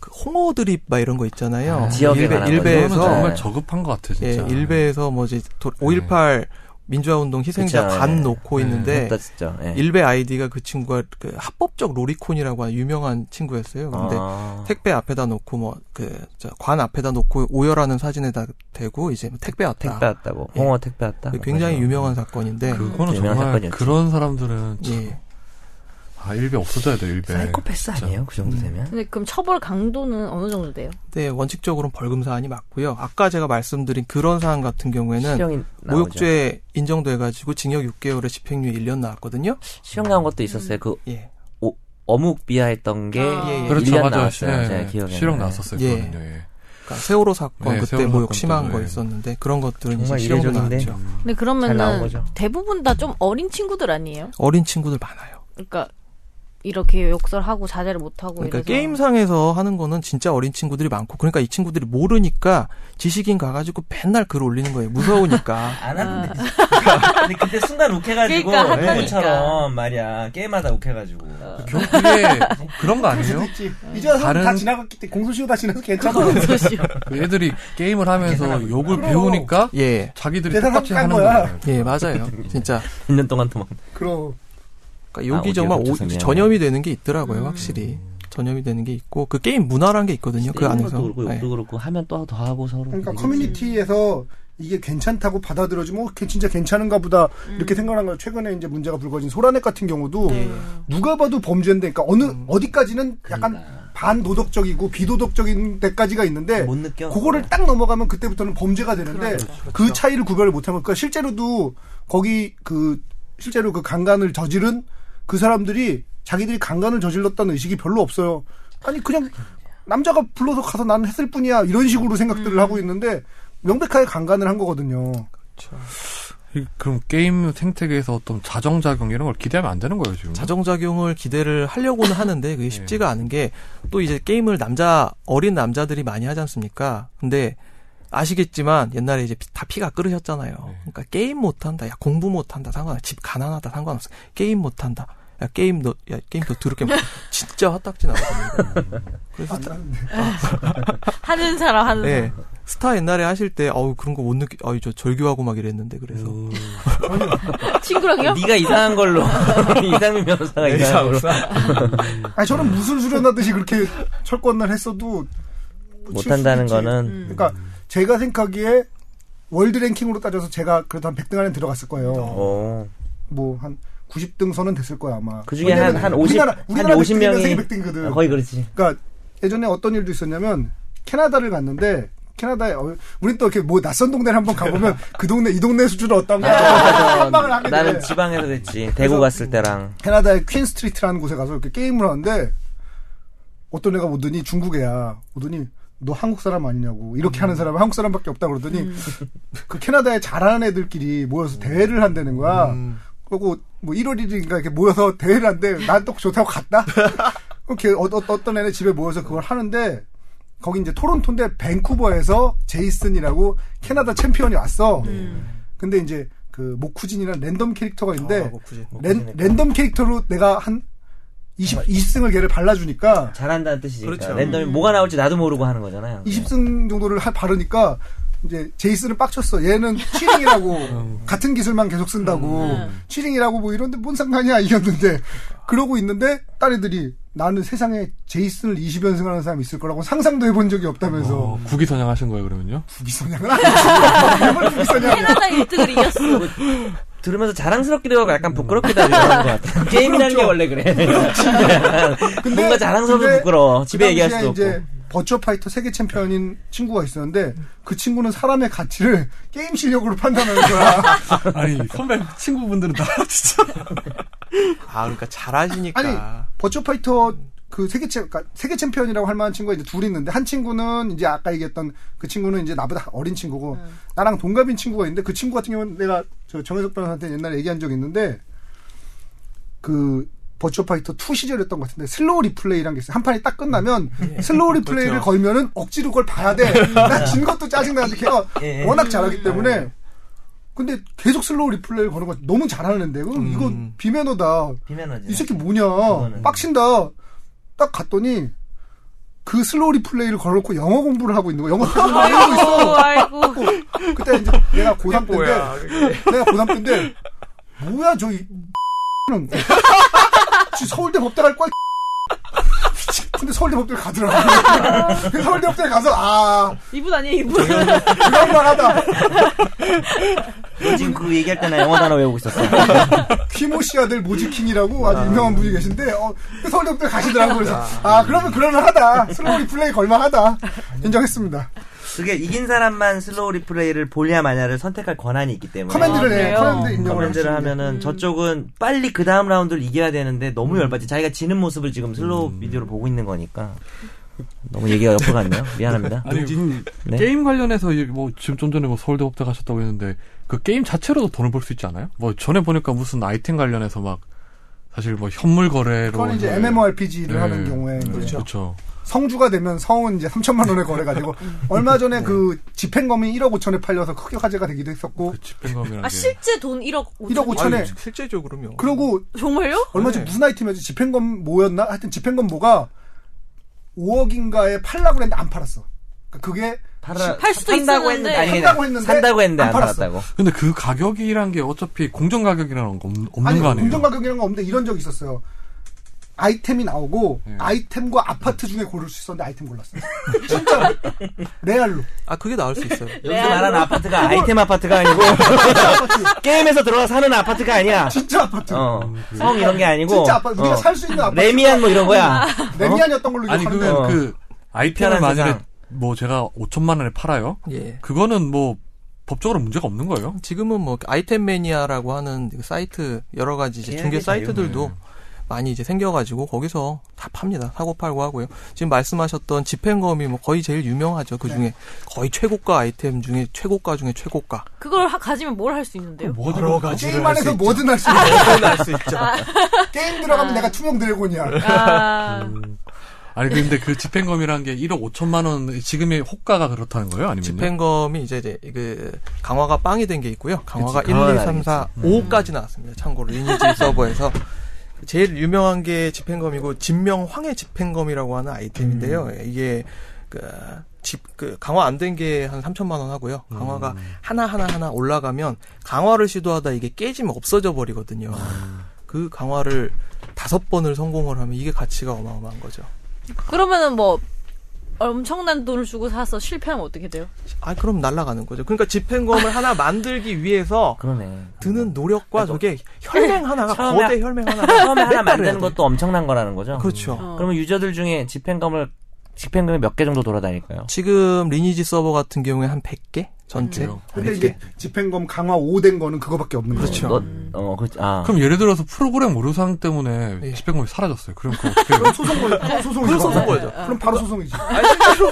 Speaker 5: 그 홍어 드립 막 이런 거 있잖아요.
Speaker 4: 아, 지역에
Speaker 5: 일베,
Speaker 4: 관한
Speaker 5: 일베에서
Speaker 4: 거죠.
Speaker 6: 정말 저급한 것 같아
Speaker 5: 예,
Speaker 6: 진짜.
Speaker 5: 일베에서 뭐 이제 5.18 민주화운동 희생자
Speaker 4: 네. 그쵸,
Speaker 5: 반
Speaker 4: 예.
Speaker 5: 놓고
Speaker 6: 예.
Speaker 5: 있는데
Speaker 4: 그렇다 진짜. 예.
Speaker 5: 네. 일베 아이디가 그 친구가 그 합법적 로리콘이라고 하는 유명한 친구였어요. 근데
Speaker 4: 아.
Speaker 5: 택배 앞에다 놓고 뭐 뭐그관 앞에다 놓고 오열하는 사진에다 대고 이제 뭐 택배 왔다.
Speaker 4: 택배 왔다고.
Speaker 5: 예.
Speaker 4: 홍어 택배 왔다.
Speaker 5: 굉장히
Speaker 4: 맞아요.
Speaker 5: 유명한 사건인데
Speaker 6: 그거는
Speaker 4: 네, 유명한
Speaker 6: 정말
Speaker 4: 사건이었지.
Speaker 6: 그런 사람들은 참-
Speaker 5: 네. 예.
Speaker 6: 아 일배 없어져야 돼 일배.
Speaker 4: 사이코패스 아니에요? 네. 그 정도 되면?
Speaker 2: 근데 그럼 처벌 강도는 어느 정도 돼요?
Speaker 5: 네, 원칙적으로는 벌금 사안이 맞고요. 아까 제가 말씀드린 그런 사안 같은 경우에는
Speaker 4: 실형이 나오죠.
Speaker 5: 모욕죄 인정돼가지고 징역 6개월에 집행유예 1년 나왔거든요.
Speaker 4: 실형 나온 것도 있었어요. 그
Speaker 5: 예.
Speaker 4: 어묵 비하했던 게
Speaker 2: 아.
Speaker 5: 예, 예.
Speaker 6: 그렇죠,
Speaker 4: 1년
Speaker 6: 맞아요.
Speaker 4: 나왔어요.
Speaker 6: 예,
Speaker 4: 제가 네.
Speaker 6: 예.
Speaker 4: 기억에.
Speaker 6: 실형 났었어요,
Speaker 5: 예.
Speaker 6: 그거는요. 예.
Speaker 5: 그러니까 세월호 사건
Speaker 6: 네,
Speaker 5: 그때
Speaker 6: 세월호
Speaker 5: 모욕
Speaker 6: 사건
Speaker 5: 심한
Speaker 6: 때도,
Speaker 5: 거
Speaker 6: 예.
Speaker 5: 있었는데 그런 것들은 이제
Speaker 4: 정말
Speaker 5: 실형도
Speaker 4: 이례적인데.
Speaker 5: 나왔죠.
Speaker 2: 근데
Speaker 4: 잘 나온
Speaker 2: 그러면은
Speaker 4: 거죠.
Speaker 2: 대부분 다 좀 어린 친구들 아니에요?
Speaker 5: 어린 친구들 많아요.
Speaker 2: 그러니까 이렇게 욕설하고 자제를 못하고
Speaker 5: 그러니까
Speaker 2: 뭐 이래서
Speaker 5: 게임상에서 하는 거는 진짜 어린 친구들이 많고 그러니까 이 친구들이 모르니까 지식인 가가지고 맨날 글 올리는 거예요. 무서우니까. (laughs)
Speaker 4: 안 하는데. 근데 그때 순간 욱해가지고
Speaker 2: 아. 그러니까 어. 한 거니까.
Speaker 4: 처럼 말이야 게임하다 욱해가지고
Speaker 6: 결국 그게 그런 거
Speaker 3: 그럴 수도
Speaker 6: 아니에요?
Speaker 3: 있지. 이제 와서
Speaker 6: 다른-
Speaker 3: 다 지나갔기 때문에 공소시효 다 지나서 괜찮아.
Speaker 6: 그 애들이 게임을 하면서 욕을 배우니까
Speaker 5: 예.
Speaker 6: 자기들이
Speaker 3: 세상을
Speaker 6: 똑같이
Speaker 3: 깐
Speaker 6: 하는
Speaker 3: 거야.
Speaker 6: 거예요.
Speaker 5: 예, 맞아요. 진짜.
Speaker 4: 1년 동안 도망.
Speaker 3: 그럼
Speaker 5: 그러니까 여기
Speaker 4: 오디오
Speaker 5: 정말 오-
Speaker 4: 복잡성이야.
Speaker 5: 전염이 되는 게 있더라고요, 확실히. 전염이 되는 게 있고 그 게임 문화란 게 있거든요. 그 안에서.
Speaker 4: 네. 것도 그렇고
Speaker 5: 예.
Speaker 3: 네.
Speaker 4: 욕도 그렇고 하면 또 더 하고 서로.
Speaker 3: 그러니까
Speaker 4: 되게-
Speaker 3: 커뮤니티에서 이게 괜찮다고 받아들여주면 어, 걔 진짜 괜찮은가 보다 이렇게 생각한 걸 최근에 이제 문제가 불거진 소라넷 같은 경우도 누가 봐도 범죄인데 그러니까 어느 어디까지는 약간 반도덕적이고 비도덕적인 데까지가 있는데
Speaker 4: 못 느껴.
Speaker 3: 네.
Speaker 4: 네. 그렇죠,
Speaker 3: 그거를 딱 넘어가면 그때부터는 범죄가 되는데 그 차이를 구별을 못하면 그러니까 실제로도 거기 그 실제로 그 강간을 저지른 그 사람들이 자기들이 강간을 저질렀다는 의식이 별로 없어요. 아니 그냥 남자가 불러서 가서 나는 했을 뿐이야 이런 식으로 생각들을
Speaker 4: 음.
Speaker 3: 하고 있는데 명백하게 강간을 한 거거든요.
Speaker 6: 이- 그럼 게임 생태계에서 어떤 자정작용 이런 걸 기대하면 안 되는 거예요 지금.
Speaker 5: 자정작용을 기대를 하려고는
Speaker 3: (laughs)
Speaker 5: 하는데
Speaker 3: 네.
Speaker 5: 그게 쉽지가 않은 게 또 이제 게임을 남자 어린 남자들이 많이 하지 않습니까? 근데 아시겠지만 옛날에 이제 피- 다 피가 끓으셨잖아요.
Speaker 3: 네.
Speaker 5: 그러니까 게임 못한다, 야 공부 못한다 상관없어, 집 가난하다 상관없어, 게임 못한다, 야 게임 너, 야 게임 더 더럽게 못, (laughs) 진짜 화딱지 나거든요. 그래서 스타,
Speaker 2: 하는 사람 하는
Speaker 5: 네, 스타 옛날에 하실 때 어우 그런 거 못 느끼, 어이 저 절규하고 막 이랬는데 그래서
Speaker 3: 음.
Speaker 2: 사람 친구랑요?
Speaker 4: 네가
Speaker 3: (laughs)
Speaker 4: 이상한 걸로 (laughs) 이상민 변호사가 이상한 걸로
Speaker 3: 아니 저는 무술 수련하듯이 그렇게 철권을 했어도 뭐 칠수
Speaker 4: 못한다는
Speaker 3: 있지.
Speaker 4: 거는
Speaker 2: 음.
Speaker 3: 그러니까 제가 생각하기에 월드 랭킹으로 따져서 제가 그래도 한 100등 안에 들어갔을 거예요.
Speaker 4: 어.
Speaker 3: 뭐 한 90등 선은 됐을 거야 아마.
Speaker 4: 그 중에 한-
Speaker 3: 왜냐면
Speaker 4: 한 50
Speaker 3: 우리나라 우리나라 100등 이
Speaker 4: 한50 명이 아,
Speaker 3: 세계 100등이거든.
Speaker 4: 거의 그렇지.
Speaker 3: 그러니까 예전에 어떤 일도 있었냐면 캐나다를 갔는데 캐나다에 어, 우린 또 이렇게 뭐 낯선 동네를 한번
Speaker 4: (laughs)
Speaker 3: 가보면 그 동네 이 동네 수준을 어떤가 한방을 하게 돼.
Speaker 4: 나는 지방에서 그랬지. 대구 갔을 때랑
Speaker 3: 캐나다의 퀸 스트리트라는 곳에 가서 이렇게 게임을 하는데 어떤 애가 오더니 중국 애야 오더니 너 한국 사람 아니냐고 이렇게
Speaker 5: 음.
Speaker 3: 하는 사람은 한국 사람밖에 없다 그러더니 (laughs) 그 캐나다에 잘하는 애들끼리
Speaker 5: 음.
Speaker 3: 모여서 대회를 한다는 거야 그리고 뭐 1월 1일인가 이렇게 모여서 (laughs) 대회를 한대 난 또 좋다고
Speaker 5: (laughs)
Speaker 3: 갔다 이렇게 어, 어, 떤 애네 집에 모여서 그걸 하는데 거기 이제 토론토인데 밴쿠버에서 제이슨이라고 캐나다 챔피언이 왔어 근데 이제 그 모쿠진이라는 랜덤 캐릭터가 있는데
Speaker 5: 음. 아, 뭐 굳이.
Speaker 3: 랜, 랜덤 캐릭터로 내가 한
Speaker 5: 아.
Speaker 3: 20, 20승을 걔를 발라주니까
Speaker 4: 잘한다는 뜻이니까
Speaker 2: 음.
Speaker 5: 그렇죠.
Speaker 4: 랜덤이 뭐가 나올지 나도 모르고 하는 거잖아요.
Speaker 3: 20승 정도를 하- 바르니까 이제 제이슨은 빡쳤어. 얘는
Speaker 4: (laughs) 어.
Speaker 3: 치링이라고 같은 기술만 계속 쓴다고
Speaker 4: 음. 네.
Speaker 3: 치링이라고 뭐 이런데 뭔 상관이야 (laughs) 이겼는데
Speaker 4: 그러니까.
Speaker 3: 그러고 있는데 딸애들이 나는 세상에 제이슨을 20연승하는 사람이 있을 거라고 상상도 해본 적이 없다면서
Speaker 6: 어, 국위선양 하신 거예요, 그러면요?
Speaker 3: 부기선양을 (laughs) 아니지. 부기선양.
Speaker 2: 캐나다 1등을 이겼어.
Speaker 4: 들으면서 자랑스럽기도 하고 약간 부끄럽기도 하고 그런 것
Speaker 3: (laughs)
Speaker 4: 같아요. 게임이라는 게 원래 그래.
Speaker 3: 근데-
Speaker 4: 뭔가 자랑스러워서
Speaker 3: 근데
Speaker 4: 부끄러워.
Speaker 3: 그
Speaker 4: 집에 얘기할
Speaker 3: 당시에
Speaker 4: 수도
Speaker 3: 이제
Speaker 4: 없고.
Speaker 3: 버처 파이터 세계 챔피언인 친구가 있었는데 그 친구는 사람의 가치를 게임 실력으로 판단하는
Speaker 4: (laughs)
Speaker 3: 거야.
Speaker 6: 아니, 선배 친구분들은 다 진짜.
Speaker 5: 아, 그러니까 잘하시니까.
Speaker 3: 아니, 뭐 버처 파이터 그 세계 챔 그러니까 세계 챔피언이라고 할 만한 친구가 이제 둘이 있는데 한 친구는 이제 아까 얘기했던 그 친구는 이제 나보다 어린 친구고 나랑 동갑인 친구가 있는데 그 친구 같은 경우는 내가 저 정혜석 변호사한테 옛날에 얘기한 적이 있는데 그 버처 파이터 2 시절이었던 것 같은데 슬로우 리플레이란 게 있어요. 한 판이 딱 끝나면 슬로우 리플레이를
Speaker 5: 음. 예. 그렇죠. 음.
Speaker 3: 걸면은 억지로 그걸 봐야 돼. 나 진 것도 짜증나는데 걔가
Speaker 4: 예.
Speaker 3: 워낙 잘하기 때문에 근데 계속 슬로우 리플레이를 거는 거 너무 잘하는 데 그럼 이거
Speaker 5: 음.
Speaker 3: 비매너다.
Speaker 4: 비면허지.
Speaker 3: 이 새끼 뭐냐.
Speaker 4: 그거는.
Speaker 3: 빡친다. 딱 갔더니 그 슬로리 플레이를 걸어놓고 영어 공부를 하고 있는 거야. 영어 공부를 하고 있어.
Speaker 2: 아이고, 아이고.
Speaker 3: 그때 이제 내가 고3 때인데 내가 고3 때인데 뭐야 저 이... 는 서울대 법대 갈 거야 미친. 근데 서울대 법대를 가더라고 그래서 서울대 법대를 가서 아
Speaker 2: 이분 아니에요, 이분.
Speaker 3: 그럴만하다
Speaker 4: 너 지금 그 얘기할 때나 영어 단어 외우고
Speaker 3: (laughs)
Speaker 4: 있었어.
Speaker 3: 퀴모시 아들 모지킹이라고 아주 유명한 분이 계신데 어, 그 서울대 법대 가시더라고 그래서 아 그러면 그럴만하다 슬로리 플레이 걸만하다 인정했습니다
Speaker 4: 그게 이긴 사람만 슬로우 리플레이를 보냐 마냐를 선택할 권한이 있기 때문에. 음,
Speaker 3: 커맨드를 해.
Speaker 2: 그래요?
Speaker 3: 커맨드 인정을 음. 할수
Speaker 4: 커맨드를
Speaker 3: 있는.
Speaker 4: 하면은 저쪽은 빨리 그 다음 라운드를 이겨야 되는데
Speaker 3: 음.
Speaker 4: 너무 열받지. 자기가 지는 모습을 지금 슬로우 비디오로 보고 있는 거니까. 너무 얘기가 옆으로 갔네요. 미안합니다.
Speaker 6: 아니, 그
Speaker 4: 네.
Speaker 6: 게임 관련해서 이 뭐 지금 좀 전에 뭐 서울대 법대 가셨다고 했는데 그 게임 자체로도 돈을 벌 수 있지 않아요? 뭐 전에 보니까 무슨 아이템 관련해서 막 사실 뭐 현물 거래로
Speaker 3: 그건 이제
Speaker 6: 뭐-
Speaker 3: MMORPG를
Speaker 6: 네.
Speaker 3: 하는 경우에 이제
Speaker 6: 그렇죠.
Speaker 3: 성주가 되면 성은 이제 3천만 원에
Speaker 2: (laughs)
Speaker 3: 거래가 되고
Speaker 2: 음.
Speaker 3: 얼마 전에 그 집행검이 1억 5천에 팔려서 크게 화제가 되기도 했었고
Speaker 1: 그렇죠.
Speaker 6: 그 집행검이라는 게
Speaker 2: 아, 실제 돈 1억 5천.
Speaker 3: 1억 5천에
Speaker 5: 아니, 실제적으로요.
Speaker 3: 그러고
Speaker 2: 정말요?
Speaker 3: 얼마 전에
Speaker 5: 네.
Speaker 3: 무슨 아이템이었지 집행검 뭐였나 하여튼 집행검 뭐가 5억인가에 팔라고 했는데 안 팔았어. 그러니까 그게
Speaker 4: 팔아,
Speaker 2: 팔 수도
Speaker 4: 산다고
Speaker 2: 있었는데.
Speaker 4: 했는데, 아니, 그냥
Speaker 3: 산다고 했는데
Speaker 4: 산다고 했는데
Speaker 3: 안
Speaker 4: 안
Speaker 3: 팔았어.
Speaker 4: 팔았다고.
Speaker 6: 근데 그 가격이란 게 어차피 공정 가격이라는 거 없- 없는
Speaker 3: 아니
Speaker 6: 거 아니에요?
Speaker 3: 공정 가격이라는 거 없는데 이런 적이 있었어요. 아이템이 나오고
Speaker 6: 네.
Speaker 3: 아이템과 아파트 중에 고를 수 있었는데 아이템 골랐어. 진짜 레알로.
Speaker 5: 아, 그게 나을
Speaker 3: (laughs)
Speaker 5: 수 있어요.
Speaker 4: 여기서 말하는 아파트가 아이템 아파트가 아니고 게임에서 들어가 사는 아파트가 아니야.
Speaker 3: 진짜 아파트.
Speaker 4: 어, 성 이런 게 아니고
Speaker 3: 진짜 아파트. 우리가
Speaker 4: 어,
Speaker 3: 살 수 있는 아파트.
Speaker 4: 레미안 뭐 이런 거야.
Speaker 3: 레미안이었던 걸로
Speaker 6: 아니
Speaker 3: 기억하는데.
Speaker 6: 그러면
Speaker 4: 어.
Speaker 6: 그 아이템을
Speaker 4: 편한
Speaker 6: 만약에
Speaker 4: 세상.
Speaker 6: 뭐 제가 5천만 원에 팔아요.
Speaker 5: 예.
Speaker 6: 그거는 뭐 법적으로 문제가 없는 거예요?
Speaker 5: 지금은 뭐 아이템 매니아라고 하는 그 사이트 여러 가지 이제
Speaker 4: 계약이
Speaker 5: 중개
Speaker 6: 다양해요.
Speaker 5: 사이트들도 많이 이제 생겨가지고 거기서 다 팝니다 사고 팔고 하고요. 지금 말씀하셨던 집행검이 뭐 거의 제일 유명하죠 그 중에 거의 최고가 아이템 중에 최고가 중에 최고가.
Speaker 2: 그걸 하- 가지면 뭘 할 수 있는데요?
Speaker 1: 어,
Speaker 5: 여러 가지를
Speaker 3: 게임
Speaker 5: 할수
Speaker 3: 안에서
Speaker 5: 있죠.
Speaker 3: 뭐든 할 수 있어.
Speaker 5: 할수 있죠.
Speaker 3: 게임
Speaker 4: 아.
Speaker 3: 들어가면 내가 투명 드래곤이야.
Speaker 2: 아,
Speaker 6: 아니 근데 그 집행검이란 게 1억 5천만 원 지금의 호가가 그렇다는 거예요? 아니면
Speaker 5: 집행검이 이제 이제 그 강화가 빵이 된 게 있고요. 강화가 음.
Speaker 4: 그치,
Speaker 5: 1, 2,
Speaker 4: 강화는
Speaker 5: 3, 4, 5까지 나왔습니다. 참고로 (laughs) 리니지 서버에서 제일 유명한 게 집행검이고 진명황의 집행검이라고 하는 아이템인데요. 예, 이게 그 집, 그, 강화 안 된 게 한 3천만 원 하고요. 강화가 하나하나 하나 올라가면 강화를 시도하다 이게 깨지면 없어져 버리거든요. 그 강화를 다섯 번을 성공을 하면 이게 가치가 어마어마한 거죠.
Speaker 2: 그러면은 뭐 엄청난 돈을 주고 사서 실패하면 어떻게 돼요?
Speaker 5: 아, 그럼 날아가는 거죠. 그러니까 집행검을 하나 만들기 위해서
Speaker 4: 그러네.
Speaker 5: 드는 노력과 저게 혈맹 하나가
Speaker 4: (laughs) 처음에- 아.
Speaker 5: 거대 혈맹 하나가
Speaker 4: 처음에 하나
Speaker 5: 몇 달을 해야
Speaker 4: 만드는
Speaker 5: 돼요.
Speaker 4: 것도 엄청난 거라는 거죠.
Speaker 5: (laughs) 그렇죠.
Speaker 2: 어.
Speaker 4: 그러면 유저들 중에 집행검을 집행검이 몇 개 정도 돌아다닐까요?
Speaker 5: 지금 리니지 서버 같은 경우에 한 100개 전체.
Speaker 6: 음.
Speaker 3: 근데 이게 집행검 강화 5된 거는 그거밖에 없는 거죠.
Speaker 5: 그렇죠.
Speaker 4: 너, 어, 그렇지. 아.
Speaker 6: 그럼 예를 들어서 프로그램 오류상 때문에
Speaker 5: 예.
Speaker 6: 집행검이 사라졌어요. 그럼 그 어떻게
Speaker 4: (laughs)
Speaker 6: 해요?
Speaker 3: 그럼 소송 걸
Speaker 5: (laughs)
Speaker 3: 그럼 소송이죠.
Speaker 5: 그럼 소송 걸죠.
Speaker 3: 그럼 바로 소송이지.
Speaker 5: (laughs) 아니, 실제로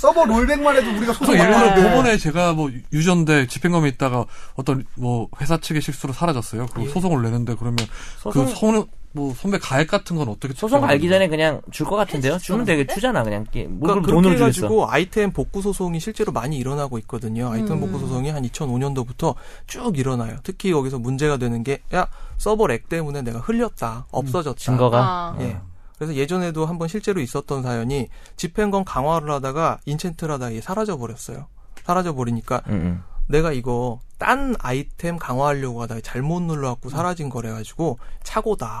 Speaker 3: 서버 롤백만 해도 우리가 소송
Speaker 6: 그래서 예를 들어
Speaker 3: 걸었는데.
Speaker 6: 저번에 제가 뭐 유전대 집행검에 있다가 어떤 뭐 회사 측의 실수로 사라졌어요. 그리고 소송을 내는데 그러면
Speaker 4: 예. 소송-
Speaker 6: 그 손은 뭐 선배 가액 같은 건 어떻게
Speaker 4: 소송
Speaker 6: 측정하는
Speaker 4: 갈기
Speaker 6: 거예요?
Speaker 4: 전에 그냥 줄 것 같은데요? 주면 되게 주잖아 그냥 게 뭐, 그럼
Speaker 5: 그러니까
Speaker 4: 돈으로
Speaker 5: 그렇게
Speaker 4: 주겠어.
Speaker 5: 해가지고 아이템 복구 소송이 실제로 많이 일어나고 있거든요. 아이템 복구 소송이 한 2005년도부터 쭉 일어나요. 특히 거기서 문제가 되는 게 야 서버 렉 때문에 내가 흘렸다, 없어졌다.
Speaker 4: 증거가
Speaker 2: 아.
Speaker 5: 예. 그래서 예전에도 한번 실제로 있었던 사연이 집행검 강화를 하다가 인챈트를 하다가 이게 사라져 버렸어요. 사라져 버리니까
Speaker 4: 음, 음.
Speaker 5: 내가 이거 딴 아이템 강화하려고 하다가 잘못 눌러갖고 사라진 거래 가지고 착오다.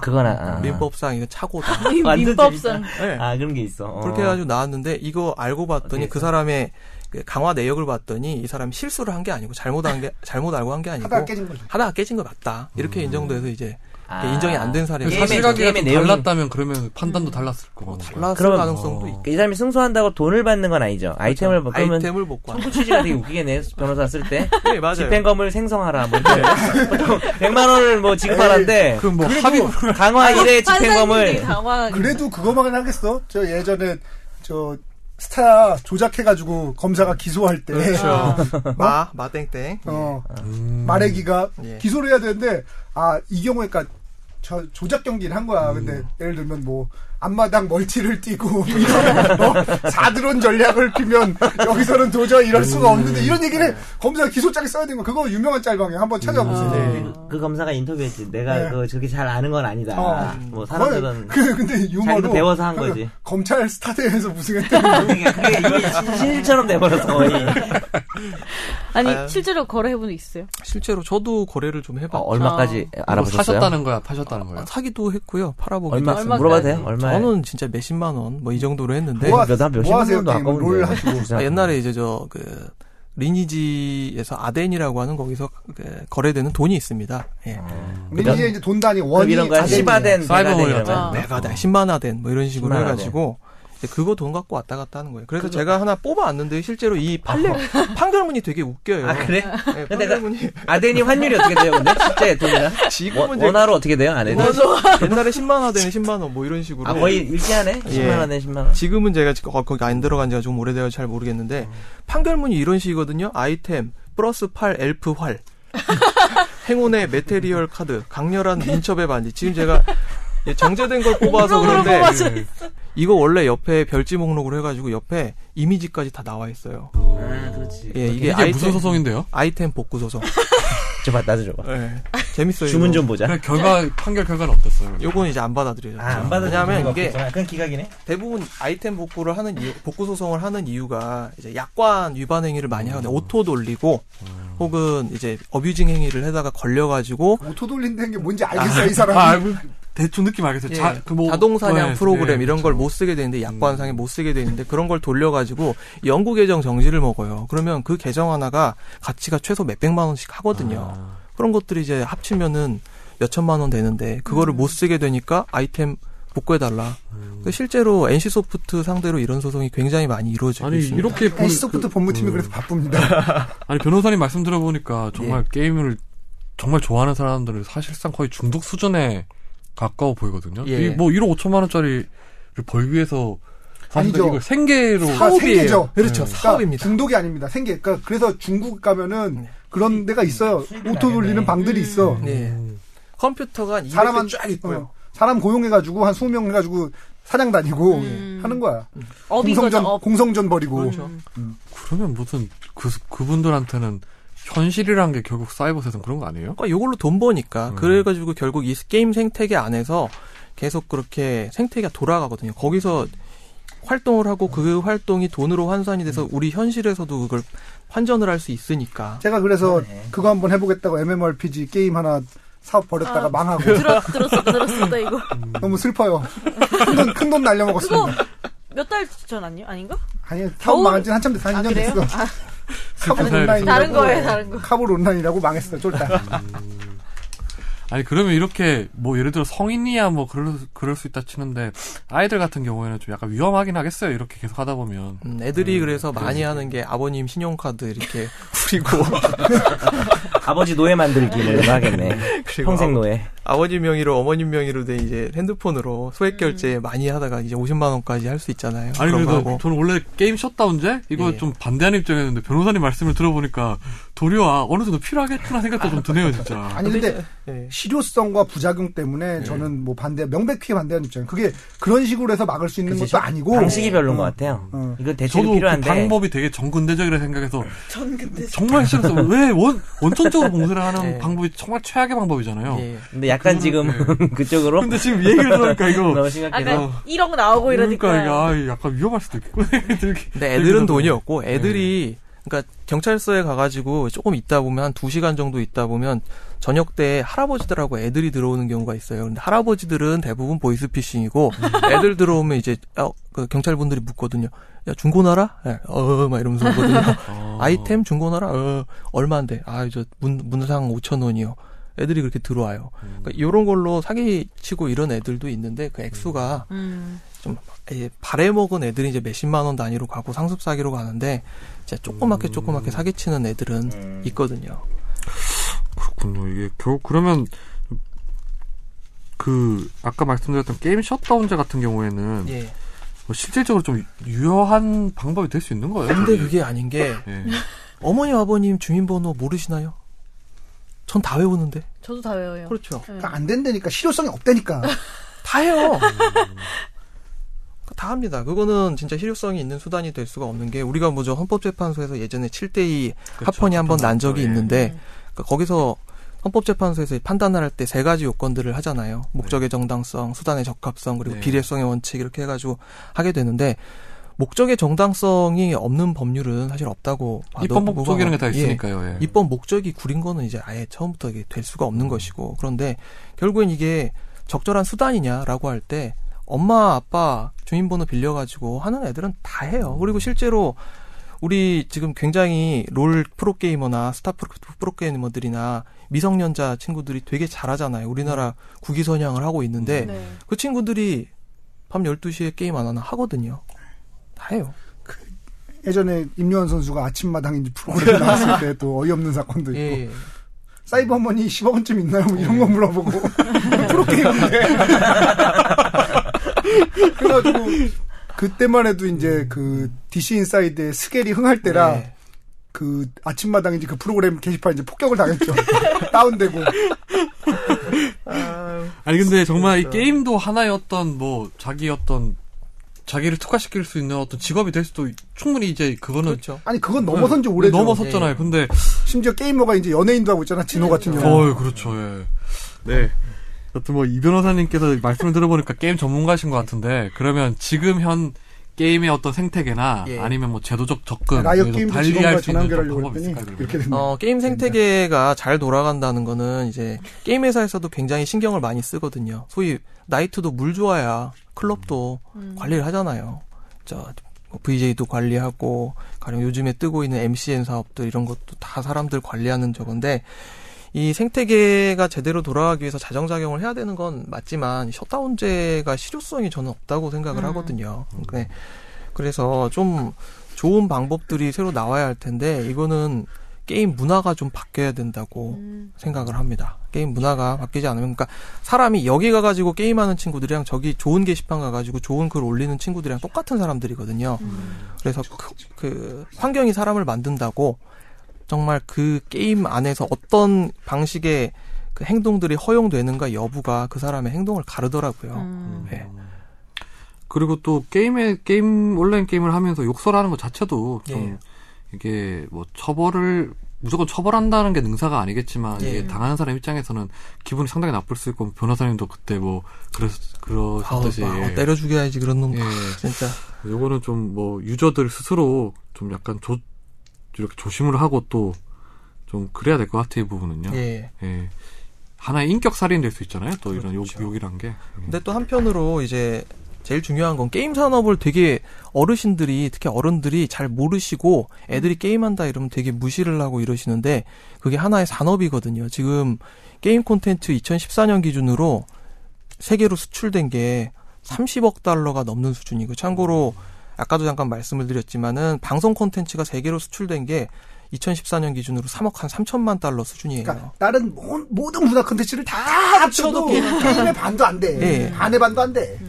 Speaker 4: 음. 그건 아, 아.
Speaker 5: 민법상 이거 착오다.
Speaker 4: (laughs) 완전
Speaker 2: 민법상
Speaker 5: 네.
Speaker 4: 아 그런 게 있어. 어.
Speaker 5: 그렇게 해가지고 나왔는데 이거 알고 봤더니
Speaker 4: 어떻게
Speaker 5: 그 사람의 그 강화 내역을 봤더니 이 사람이 실수를 한 게 아니고 잘못한 게 잘못 알고 한 게 아니고
Speaker 3: 하다 깨진 거죠.
Speaker 5: 하다가 깨진 거 맞다 이렇게 인정돼서 이제
Speaker 4: 음. 아.
Speaker 5: 인정이 안 된 사례가 뭐
Speaker 4: 게임의-
Speaker 1: 그 사실관계가
Speaker 4: 게임의
Speaker 1: 좀
Speaker 4: 내용이- 음. 뭐
Speaker 1: 달랐다면 그러면 판단도 달랐을 거고.
Speaker 5: 달랐을
Speaker 4: 그러면-
Speaker 5: 가능성도
Speaker 1: 어.
Speaker 5: 있고
Speaker 4: 이 사람이 승소한다고 돈을 받는 건 아니죠. 아이템을 뭐 받- 그러면
Speaker 5: 아이템을 못 구한 거.
Speaker 4: 청구 취지가 되게 웃기게 내 변호사 쓸 때.
Speaker 5: 네 맞아요.
Speaker 4: 집행검을 생성하라. 뭐 이렇게. 보통 100만 원을 뭐 지급하라는데
Speaker 1: 그뭐 합의
Speaker 4: 강화
Speaker 2: 판사님들이
Speaker 4: 1회 집행검을
Speaker 2: 당황.
Speaker 3: 그래도 그거만 하겠어? 저 예전에 저 스타 조작해가지고 검사가 기소할 때
Speaker 5: 그렇죠.
Speaker 4: 어?
Speaker 5: 마 마땡땡.
Speaker 3: 어,
Speaker 1: 음.
Speaker 3: 말해기가
Speaker 5: 예.
Speaker 3: 기소를 해야 되는데 아 이 경우에 그니까 저 조작 경기를 한 거야.
Speaker 1: 음.
Speaker 3: 근데 예를 들면 뭐 앞마당 멀티를 뛰고 이런 뭐 사드론 전략을 피면 여기서는 도저히 이럴 수가
Speaker 1: 음.
Speaker 3: 없는데 이런
Speaker 1: 네.
Speaker 3: 얘기를 검사 기소장에 써야 되는 거 그거 유명한 짤방이에요. 한번 찾아보세요.
Speaker 1: 음.
Speaker 4: 그 검사가 인터뷰했지. 내가
Speaker 3: 네.
Speaker 4: 그거 저렇게 잘 아는 건 아니다.
Speaker 3: 어.
Speaker 4: 뭐
Speaker 3: 그걸-
Speaker 4: 사람들은
Speaker 3: 그 근데 유머로 그러니까
Speaker 4: 자기도 배워서 한 거지.
Speaker 3: 검찰 스타대에서 우승했다는
Speaker 4: 그게 그게 이미 신실처럼 돼버렸어 거의.
Speaker 3: 네.
Speaker 2: 아니
Speaker 5: 아유.
Speaker 2: 실제로 거래해본 적 있어요?
Speaker 5: 실제로 저도 거래를 좀
Speaker 4: 어,
Speaker 5: 해봤죠.
Speaker 4: 얼마까지
Speaker 6: 뭐
Speaker 4: 알아보셨어요?
Speaker 1: 뭐 사셨다는 거야, 파셨다는
Speaker 4: 아,
Speaker 1: 거야.
Speaker 5: 사기도 했고요. 팔아보기도.
Speaker 4: 얼마
Speaker 5: 했어요.
Speaker 2: 그렇죠. 얼마까지?
Speaker 4: 물어봐도 돼요? 얼마?
Speaker 5: 저는 진짜 몇십만 원 뭐 이 정도로 했는데
Speaker 3: 뭐야?
Speaker 4: 몇한 몇십만
Speaker 3: 뭐 하세요,
Speaker 4: 원도
Speaker 3: 게임?
Speaker 4: 아까운데. 네.
Speaker 3: 롤 하시고.
Speaker 4: 진짜.
Speaker 5: 아, 옛날에 이제 저 그 리니지에서 아덴이라고 하는 거기서 그 거래되는 돈이 있습니다. 예.
Speaker 4: 아.
Speaker 3: 이게 이제 돈 단위
Speaker 4: 그럼
Speaker 3: 원이
Speaker 4: 이런 거야.
Speaker 3: 자신이에요.
Speaker 4: 시바덴
Speaker 1: 사이버
Speaker 4: 베가덴 이런
Speaker 1: 몰렸죠.
Speaker 4: 거야?
Speaker 2: 아.
Speaker 5: 메가다 10만 아덴 뭐 이런 식으로
Speaker 4: 십만
Speaker 5: 해가지고 이제 그거 돈 갖고 왔다 갔다 하는 거예요. 그래서 제가 하나 뽑아왔는데 실제로 이 판례 (laughs) 판결문이 되게 웃겨요.
Speaker 4: 어. 아 그래?
Speaker 5: 예,
Speaker 4: 근데 내가-
Speaker 5: 판결문이
Speaker 4: 아덴이 환율이 어떻게 돼요? 근데 진짜 돈이랑
Speaker 3: 아,
Speaker 5: 지금은
Speaker 4: 원-
Speaker 5: 이제
Speaker 4: 원화로 어떻게 돼요? 아덴이?
Speaker 5: 옛날에 10만 아덴 10만 원 뭐 이런 식으로
Speaker 4: 아 거의 일치하네.
Speaker 5: 예.
Speaker 4: 10만 원에 10만 원.
Speaker 5: 지금은 제가 지금 어, 거기 안 들어간 지가 좀 오래되어 잘 모르겠는데 판결문이 이런 식이거든요. 아이템 플러스 8 엘프 활 (laughs) 행운의 메테리얼 카드 강렬한 민첩의 반지 지금 제가 예, 정제된 걸 뽑아서
Speaker 2: 목록으로
Speaker 5: 그런데
Speaker 2: 뽑아서
Speaker 5: 이거 원래 옆에 별지 목록으로 해가지고 옆에 이미지까지 다 나와 있어요.
Speaker 4: 아 그렇지.
Speaker 5: 예,
Speaker 1: 이게
Speaker 5: 이게 아이템,
Speaker 1: 무슨 소송인데요?
Speaker 5: 아이템 복구 소송.
Speaker 4: 줘봐 나도 줘봐.
Speaker 5: 예, 재밌어요.
Speaker 4: 주문
Speaker 5: 이거.
Speaker 4: 좀 보자.
Speaker 1: 그냥 결과 판결 결과는 어땠어요?
Speaker 5: 요건 이제 안 받아들여요. 왜냐하면 이게
Speaker 4: 그건 기각이네.
Speaker 5: 대부분 아이템 복구를 하는 이유, 복구 소송을 하는 이유가 이제 약관 위반 행위를 많이 하거든요.
Speaker 1: 음.
Speaker 5: 오토 돌리고 혹은 이제 어뷰징 행위를 해다가 걸려가지고
Speaker 3: 오토 돌린다는 게 뭔지 알겠어요, 이 사람이.
Speaker 1: 아, 알고- 대충 느낌 알겠어요.
Speaker 5: 예,
Speaker 1: 자, 그 뭐-
Speaker 5: 자동 사냥
Speaker 1: 네, 음.
Speaker 5: 프로그램
Speaker 6: 예.
Speaker 1: 네,
Speaker 5: 이런
Speaker 1: 그렇죠.
Speaker 5: 걸 못 쓰게 되는데 약관상에 못 쓰게 되는데 그런 걸 돌려가지고 연구 개정 정지를 먹어요. 그러면 그 개정 하나가 가치가 최소 몇 백만 원씩
Speaker 6: 아.
Speaker 1: 아.
Speaker 5: 하거든요. 그런 것들이 이제 합치면은 몇 천만 원 되는데
Speaker 1: 음.
Speaker 5: 그거를 못 쓰게 되니까 아이템 복구해달라. 근데 실제로 NC 소프트 상대로 이런 소송이 굉장히 많이 이루어지고
Speaker 1: 아니
Speaker 5: 있습니다.
Speaker 1: 이렇게 보-
Speaker 3: NC소프트 법무팀이
Speaker 1: 음.
Speaker 3: 그래서 바쁩니다.
Speaker 1: 아니 변호사님 말씀 들어보니까
Speaker 3: 예.
Speaker 1: 정말 게임을 정말 좋아하는 사람들은 사실상 거의 중독 수준에 가까워 보이거든요.
Speaker 5: 예.
Speaker 1: 이 뭐 1억 5천만 원짜리를 벌기 위해서 사람들이
Speaker 3: 아니죠.
Speaker 1: 이걸 생계로
Speaker 3: 다 생계죠.
Speaker 5: 그렇죠.
Speaker 3: 그러니까
Speaker 5: 사업입니다.
Speaker 3: 중독이 아닙니다. 생계. 그러니까 그래서 중국 가면은 그런 데가 있어요.
Speaker 4: 수입이
Speaker 3: 오토
Speaker 4: 나겠네.
Speaker 3: 돌리는 방들이 있어.
Speaker 5: 예. 컴퓨터가 한
Speaker 3: 사람
Speaker 5: 200대
Speaker 3: 한-
Speaker 5: 쫙 있고요.
Speaker 3: 어, 사람 고용해가지고 한 20명 해가지고 사냥 다니고
Speaker 2: 음.
Speaker 3: 하는 거야.
Speaker 2: 업인 거죠. 어,
Speaker 3: 공성전,
Speaker 2: 업.
Speaker 3: 공성전 버리고.
Speaker 5: 그렇죠.
Speaker 1: 그러면 무슨 그 그분들한테는 현실이란 게 결국 사이버 세상 그런 거 아니에요?
Speaker 5: 그러니까 이걸로 돈 버니까 그래가지고 결국 이 게임 생태계 안에서 계속 그렇게 생태계가 돌아가거든요. 거기서 활동을 하고 그 활동이 돈으로 환산이 돼서 우리 현실에서도 그걸 환전을 할 수 있으니까
Speaker 3: 제가 그래서 그거 한번 해보겠다고 MMORPG 게임 하나 사업 버렸다가
Speaker 2: 아.
Speaker 3: 망하고
Speaker 2: 들었 들었어 들었었다 이거.
Speaker 3: (laughs) 너무 슬퍼요. 큰 돈 큰 돈
Speaker 2: 그거
Speaker 3: 날려먹었습니다.
Speaker 2: 몇 달 전 아니요 아닌가?
Speaker 3: 아니 사업
Speaker 2: 겨울-
Speaker 3: 망한 지 한참 됐어. 한
Speaker 2: 아
Speaker 3: 2년
Speaker 2: 그래요?
Speaker 3: 됐어. (laughs)
Speaker 2: 아,
Speaker 3: 카볼
Speaker 1: 사연이
Speaker 3: 온라인이라고.
Speaker 2: 다른 거예요 다른 거.
Speaker 3: 카볼 온라인이라고 망했어. 쫄딱.
Speaker 1: 아니 그러면 이렇게 뭐 예를 들어 성인이야 뭐 그럴 수- 그럴 수 있다 치는데 아이들 같은 경우에는 좀 약간 위험하긴 하겠어요. 이렇게 계속 하다 보면.
Speaker 5: 음, 애들이 그래서 많이 하는 게 아버님 신용카드 이렇게 부리고
Speaker 4: 아버지 노예 만들기를 하겠네.
Speaker 5: (laughs) 그리고
Speaker 4: 평생 노예.
Speaker 5: 아, 버님 명의로 어머님 명의로 된 이제 핸드폰으로 소액 결제 많이 하다가 이제 50만 원까지 할 수 음. 있잖아요.
Speaker 1: 아니
Speaker 5: 그런 거
Speaker 1: 그래도
Speaker 5: 하고.
Speaker 1: 저는 원래 게임 셧다운제 이거
Speaker 5: 예.
Speaker 1: 좀 반대하는 입장이었는데 변호사님 말씀을 들어보니까 도리어 아, 어느 정도 필요하겠구나 생각도 좀 드네요 진짜.
Speaker 3: 아니 근데
Speaker 4: 네.
Speaker 5: 예.
Speaker 3: 실효성과 부작용 때문에 저는 뭐 반대 명백히 반대하는 입장이에요. 그게 그런 식으로 해서 막을 수 있는
Speaker 4: 그치,
Speaker 3: 것도 아니고
Speaker 4: 방식이 별로인
Speaker 3: 어,
Speaker 4: 것 같아요.
Speaker 3: 어.
Speaker 4: 이건 대책이
Speaker 1: 저도 그
Speaker 4: 필요한데.
Speaker 1: 방법이 되게 정근대적이라 생각해서 정말 싫었어. 왜원 원천적으로 봉쇄를 하는
Speaker 5: 예.
Speaker 1: 방법이 정말 최악의 방법이잖아요.
Speaker 5: 예.
Speaker 4: 근데 약간 지금 (laughs) 그쪽으로
Speaker 1: 근데 지금 얘기를 들으니까 이거
Speaker 4: 너무 심각해서
Speaker 2: 아까 뭐 이런 거 나오고
Speaker 1: (laughs)
Speaker 2: 이러니까.
Speaker 5: 네,
Speaker 1: 그러니까 이거 아, 약간 위험할 수도 네. 있겠구나.
Speaker 5: 근데 애들은 돈이 없고 애들이 그러니까 경찰서에 가가지고 조금 있다 보면 한 2시간 정도 있다 보면 저녁 때 할아버지들하고 애들이 들어오는 경우가 있어요. 근데 할아버지들은 대부분 보이스피싱이고
Speaker 1: 음.
Speaker 5: 애들 들어오면 이제 어, 그 경찰분들이 묻거든요. 야 중고나라? 예, 어, 막 이러면서
Speaker 1: (laughs)
Speaker 5: 묻거든요. 아이템 중고나라? 어, 얼마인데? 아, 저 문, 문상 5천 원이요. 애들이 그렇게 들어와요.
Speaker 1: 음.
Speaker 5: 그러니까 이런 걸로 사기치고 이런 애들도 있는데 그 액수가
Speaker 2: 음.
Speaker 5: 이제 예, 발해먹은 애들이 이제 몇십만 원 단위로 가고 상습 사기로 가는데 진짜 조그맣게 조그맣게 사기치는 애들은 있거든요.
Speaker 1: 그렇군요. 이게 겨우 그러면 그 아까 말씀드렸던 게임 셧다운제 같은 경우에는
Speaker 5: 예.
Speaker 1: 뭐 실질적으로 좀 유효한 방법이 될 수 있는 거예요.
Speaker 5: 근데 그게 아닌 게
Speaker 1: 예.
Speaker 5: 어머니 아버님 주민번호 모르시나요? 전 다 외우는데.
Speaker 2: 저도 다 외워요.
Speaker 5: 그렇죠.
Speaker 2: 네.
Speaker 3: 그러니까 안 된다니까 실효성이 없다니까.
Speaker 5: 다 해요. 그러니까 다 합니다. 그거는 진짜 실효성이 있는 수단이 될 수가 없는 게 우리가 뭐저 헌법재판소에서 예전에 7대2
Speaker 1: 그렇죠.
Speaker 5: 그렇죠. 합헌이 네. 한 번 난 적이 있는데
Speaker 2: 네.
Speaker 5: 그러니까 거기서 헌법재판소에서 판단을 할 때 세 가지 요건들을 하잖아요. 목적의 정당성, 수단의 적합성, 그리고
Speaker 1: 네.
Speaker 5: 비례성의 원칙 이렇게 해가지고 하게 되는데 목적의 정당성이 없는 법률은 사실 없다고 봐도
Speaker 1: 입법 목적이라는 게 다
Speaker 5: 아, 무방할- 예.
Speaker 1: 있으니까요. 예.
Speaker 5: 입법 목적이 구린 거는 이제 아예 처음부터 이게 될 수가 없는 것이고 그런데 결국엔 이게 적절한 수단이냐라고 할 때 엄마 아빠 주민번호 빌려가지고 하는 애들은 다 해요 그리고 실제로 우리 지금 굉장히 롤 프로게이머나 스타 프로, 프로게이머들이나 미성년자 친구들이 되게 잘하잖아요 우리나라 국위선양을 하고 있는데
Speaker 2: 네.
Speaker 5: 그 친구들이 밤 12시에 게임 안 하나 하거든요 다 해요
Speaker 3: 예전에 임요한 선수가 아침마당인지 프로그램 나왔을 때 또 어이없는 사건도 있고
Speaker 5: 예.
Speaker 3: 사이버머니 (laughs) 10억 원쯤 있나요? 뭐 이런 거 물어보고
Speaker 1: 네.
Speaker 3: (laughs) 프로게임인데
Speaker 1: (laughs)
Speaker 3: 그래가지고 그때만 해도
Speaker 1: 음.
Speaker 3: 이제 그 DC 인사이드의 스겔이 흥할 때라
Speaker 1: 네.
Speaker 5: 예.
Speaker 3: 그 아침마당인지 그 프로그램 게시판 이제 폭격을 당했죠 (laughs) 다운되고
Speaker 1: 아니 근데 정말 이 게임도 하나의 어떤 뭐 자기 어떤 자기를 특화시킬 수 있는 어떤 직업이 될 수도 충분히 이제 그거는
Speaker 5: 그렇죠
Speaker 3: 아니 그건 넘어선 지 오래죠
Speaker 1: 음. 넘어섰잖아요.
Speaker 5: 예.
Speaker 1: 근데
Speaker 3: 심지어 게이머가 이제 연예인도 하고 있잖아
Speaker 1: 네.
Speaker 3: 진호 같은 경우
Speaker 1: 어유 그렇죠. 예. 네. 여튼 뭐 이 변호사님께서 말씀을 들어보니까 게임 전문가신 것 같은데 그러면 지금 현 게임의 어떤 생태계나
Speaker 5: 예.
Speaker 1: 아니면 뭐 제도적 접근
Speaker 3: 네, 라이어
Speaker 1: 그래서
Speaker 3: 게임도
Speaker 1: 달리
Speaker 3: 직원과
Speaker 1: 할 수 있는 좀
Speaker 3: 전환결하려고
Speaker 1: 방법이
Speaker 3: 했더니
Speaker 1: 있을까요? 그러면?
Speaker 3: 이렇게 됐네
Speaker 5: 어, 게임
Speaker 3: 됩니다.
Speaker 5: 생태계가 잘 돌아간다는 거는 이제 게임 회사에서도 굉장히 신경을 많이 쓰거든요. 소위 나이트도 물 좋아야 클럽도
Speaker 2: 음.
Speaker 5: 관리를 하잖아요. 저 VJ도 관리하고 가령 요즘에 뜨고 있는 MCN 사업들 이런 것도 다 사람들 관리하는 저건데 이 생태계가 제대로 돌아가기 위해서 자정작용을 해야 되는 건 맞지만 셧다운제가 실효성이 저는 없다고 생각을
Speaker 2: 음.
Speaker 5: 하거든요. 네. 그래서 좀 좋은 방법들이 새로 나와야 할 텐데 이거는 게임 문화가 좀 바뀌어야 된다고
Speaker 2: 음.
Speaker 5: 생각을 합니다. 게임 문화가 바뀌지 않으면 그러니까 사람이 여기 가가지고 게임하는 친구들이랑 저기 좋은 게시판 가가지고 좋은 글 올리는 친구들이랑 똑같은 사람들이거든요. 그래서 그, 그 환경이 사람을 만든다고 정말 그 게임 안에서 어떤 방식의 그 행동들이 허용되는가 여부가 그 사람의 행동을 가르더라고요.
Speaker 2: 음.
Speaker 5: 네.
Speaker 1: 예. 그리고 또 게임에 게임 온라인 게임을 하면서 욕설하는 것 자체도 좀
Speaker 5: 예.
Speaker 1: 이게 뭐 처벌을 무조건 처벌한다는 게 능사가 아니겠지만
Speaker 5: 예.
Speaker 1: 이게 당하는 사람 입장에서는 기분이 상당히 나쁠 수 있고 변호사님도 그때 뭐 그래서
Speaker 5: 아우,
Speaker 1: 그러셨듯이
Speaker 5: 아, 때려 죽여야지 그런 놈.
Speaker 1: 예.
Speaker 5: 진짜.
Speaker 1: 요거는 좀 뭐 유저들 스스로 좀 약간 조 이렇게 조심을 하고 또 좀 그래야 될 것 같아요 이 부분은요. 예.
Speaker 5: 예.
Speaker 1: 하나의 인격 살인 될 수 있잖아요. 또 이런 욕,
Speaker 5: 그렇죠.
Speaker 1: 욕이란 게.
Speaker 5: 근데 또 한편으로 이제 제일 중요한 건 게임 산업을 되게 어르신들이 특히 어른들이 잘 모르시고 애들이 게임한다 이러면 되게 무시를 하고 이러시는데 그게 하나의 산업이거든요. 지금 게임 콘텐츠 2014년 기준으로 세계로 수출된 게 30억 달러가 넘는 수준이고 참고로 아까도 잠깐 말씀을 드렸지만은 방송 콘텐츠가 세계로 수출된 게 2014년 기준으로 3억 한 3천만 달러 수준이에요.
Speaker 3: 그러니까 다른 모- 모든 문화 콘텐츠를 다 합쳐도 게임의 반도 안 돼.
Speaker 5: 예.
Speaker 3: 반의 반도 안 돼.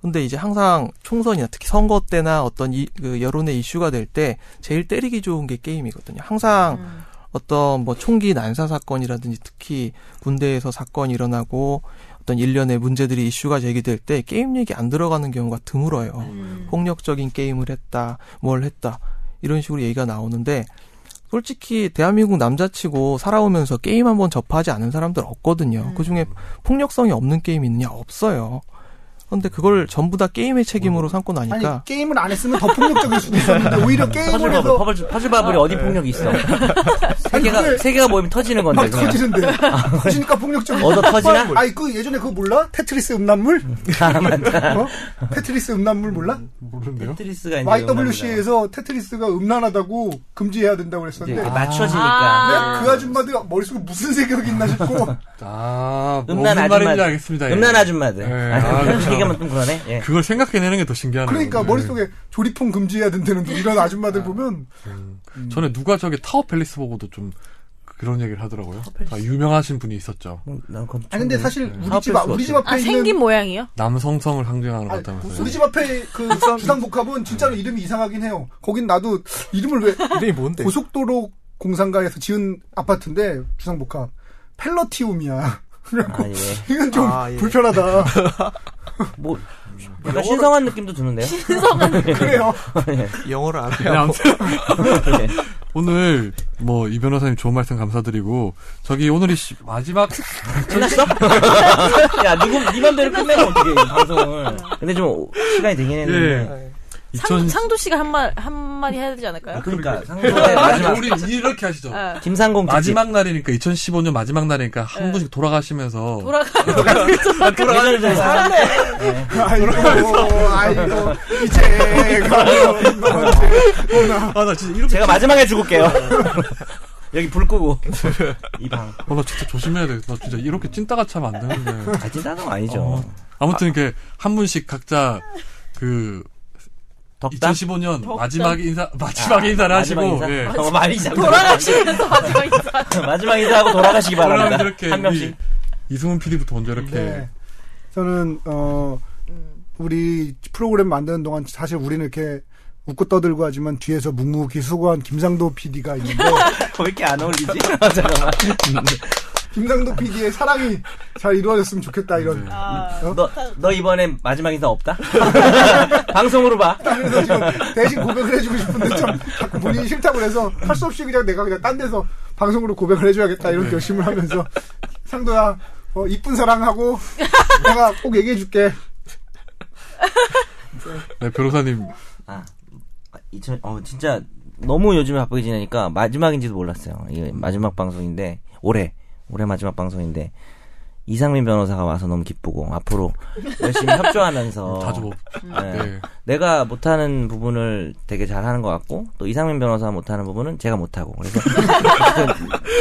Speaker 5: 근데 이제 항상 총선이나 특히 선거 때나 어떤 이, 그 여론의 이슈가 될 때 제일 때리기 좋은 게 게임이거든요. 항상
Speaker 2: 음.
Speaker 5: 어떤 뭐 총기 난사 사건이라든지 특히 군대에서 사건이 일어나고 어떤 일련의 문제들이 이슈가 제기될 때 게임 얘기 안 들어가는 경우가 드물어요.
Speaker 2: 음.
Speaker 5: 폭력적인 게임을 했다, 뭘 했다 이런 식으로 얘기가 나오는데 솔직히 대한민국 남자치고 살아오면서 게임 한번 접하지 않은 사람들 없거든요.
Speaker 2: 음.
Speaker 5: 그 중에 폭력성이 없는 게임이 있느냐 없어요. 그런데 그걸 전부 다 게임의
Speaker 2: 음.
Speaker 5: 책임으로 삼고
Speaker 3: 아니
Speaker 5: 나니까
Speaker 3: 게임을 안 했으면 더 폭력적일 수도 있었는데 (laughs) 오히려 게임을
Speaker 4: 퍼즐버블,
Speaker 3: 해서
Speaker 4: 퍼즐, 퍼즐버블이 어디 폭력이 있어? 세
Speaker 3: 아니,
Speaker 4: 개가,
Speaker 3: 그걸
Speaker 4: 세 개가 모이면 터지는 건데,
Speaker 3: 막
Speaker 4: 그냥.
Speaker 3: 터지는데 아, (laughs) 터지니까 폭력적이
Speaker 4: 얻어 터지나?
Speaker 3: (laughs) 아니 그 예전에 그거 몰라? 테트리스 음란물?
Speaker 4: 아, 맞다.
Speaker 3: (laughs) 어? 테트리스 음란물 몰라?
Speaker 1: 모르는데요?
Speaker 4: 테트리스가 이제.
Speaker 3: YWC에서 테트리스가 음란하다고 금지해야 된다고
Speaker 4: 이제
Speaker 3: 그랬었는데
Speaker 4: 이렇게
Speaker 3: 아.
Speaker 4: 맞춰지니까.
Speaker 3: 그 아줌마들 머릿속에 무슨 생각이 있나 (laughs) 싶고
Speaker 1: 아, 뭐 무슨
Speaker 4: 음란
Speaker 1: 말인지
Speaker 4: 아줌마들.
Speaker 1: 알겠습니다. 예.
Speaker 4: 음란 아줌마들.
Speaker 1: 예,
Speaker 4: 아니,
Speaker 1: 아,
Speaker 4: 그렇게
Speaker 1: 그렇죠.
Speaker 4: 얘기하면 좀 그러네. 예.
Speaker 1: 그걸 생각해내는 게 더 신기하네요.
Speaker 3: 그러니까
Speaker 1: 네.
Speaker 3: 머릿속에 조리폰 금지해야 된다는 이런 아줌마들 보면
Speaker 1: 예. 전에 누가 저기 타워 팰리스 보고도 좀 그런 얘기를 하더라고요. 아, 유명하신 분이 있었죠.
Speaker 4: 뭐, 난 그럼
Speaker 3: 아 근데
Speaker 4: 좀-
Speaker 3: 사실
Speaker 1: 네.
Speaker 3: 우리 집 앞- 우리 집 앞에
Speaker 2: 아,
Speaker 3: 있는
Speaker 2: 생긴 모양이요?
Speaker 1: 남성성을 상징하는
Speaker 3: 아,
Speaker 1: 것 같다면서요.
Speaker 3: 우리 집 앞에 (laughs) 그 주상복합은 진짜로 이름이 이상하긴 해요. 거긴 나도 이름을 왜
Speaker 5: 이름이 뭔데?
Speaker 3: 고속도로 공상가에서 지은 아파트인데 주상복합 펠러티움이야. (laughs)
Speaker 4: 아, 예.
Speaker 3: 이건 좀
Speaker 5: 아, 예. (laughs)
Speaker 3: 불편하다.
Speaker 4: 뭐, 약간 신성한 느낌도 드는데요?
Speaker 3: 그래요.
Speaker 5: 영어를 알아야
Speaker 1: 네,
Speaker 5: 뭐
Speaker 1: 아무튼 오늘 뭐 이 변호사님 좋은 말씀 감사드리고 저기 오늘이 시- 마지막
Speaker 4: 끝났어? 야, 누구, 네 맘대로 끝내면 어떻게 이 방송을. 근데 좀 오- 시간이 되긴 했는데.
Speaker 1: 예.
Speaker 2: 상,
Speaker 1: 2000
Speaker 2: 상도 씨가 한 말, 한마디 해야 되지
Speaker 1: 아,
Speaker 2: 않을까요?
Speaker 4: 그러니까, 상상의 마지막.
Speaker 1: 네, 우리 이렇게 하시죠.
Speaker 2: 아,
Speaker 4: 김상공 특집.
Speaker 1: 마지막 날이니까 2015년 마지막 날이니까 한
Speaker 2: 네.
Speaker 1: 분씩 돌아가시면서
Speaker 2: 돌아가.
Speaker 4: 그 예전에 좀 살았네.
Speaker 3: 아이고, 아이고, 이제 가요.
Speaker 5: 네.
Speaker 1: 아 나 진짜 이렇게
Speaker 4: 제가
Speaker 1: (laughs)
Speaker 4: 마지막에 죽을게요. 여기 불 끄고. 이 방.
Speaker 1: 어, 나 진짜 조심해야 돼. 나 진짜 이렇게 찐따같이 하면 안 되는데.
Speaker 4: 아, 진짜는 아니죠.
Speaker 1: 어. 아무튼 이렇게 한 분씩 각자 그
Speaker 4: 덕담? 아,
Speaker 1: 2015년
Speaker 2: 덕담.
Speaker 1: 마지막 인사 마지막 인사를 하시고
Speaker 4: 마지막 인사?
Speaker 1: 예.
Speaker 4: 어, 많이 잡
Speaker 2: 돌아가시면서 마지막 인사.
Speaker 4: (laughs) 마지막 인사하고 돌아가시기
Speaker 1: 그러면
Speaker 4: 바랍니다.
Speaker 1: 이렇게
Speaker 4: 한 명씩.
Speaker 1: 이, 이승훈 PD부터 먼저 이렇게
Speaker 3: 네. 저는 어
Speaker 2: 음.
Speaker 3: 우리 프로그램 만드는 동안 사실 우리는 이렇게 웃고 떠들고 하지만 뒤에서 묵묵히 수고한 김상도 PD가
Speaker 5: (laughs)
Speaker 3: 있는데
Speaker 4: (laughs) 왜 이렇게 안 어울리지? (laughs) 아, 잠깐만.
Speaker 3: 김상도 PD의 사랑이 잘 이루어졌으면 좋겠다 이런 어?
Speaker 2: 아,
Speaker 4: 너, 너 이번에 마지막
Speaker 1: (laughs)
Speaker 4: 인사 없다? 방송으로 봐.
Speaker 3: 그래서 지금 대신 고백을 해주고 싶은데 참 자꾸 본인이 싫다고 그래서 할 수 없이 그냥 내가 그냥 딴 데서 방송으로 고백을 해줘야겠다
Speaker 4: 네.
Speaker 3: 이런 결심을 하면서 상도야 어, 이쁜 사랑하고 내가 꼭 얘기해줄게
Speaker 1: 네, 변호사님
Speaker 4: 아, 2000, 어, 진짜 너무 요즘에 바쁘게 지내니까 마지막인지도 몰랐어요. 이게 마지막 방송인데, 올해, 올해 마지막 방송인데, 이상민 변호사가 와서 너무 기쁘고, 앞으로
Speaker 1: (laughs)
Speaker 4: 열심히 협조하면서.
Speaker 1: 자주 뭐,
Speaker 4: 어, 네.
Speaker 1: 네.
Speaker 4: 내가 못하는 부분을 되게 잘하는 것 같고 또 이상민 변호사 못하는 부분은 제가 못하고 그래서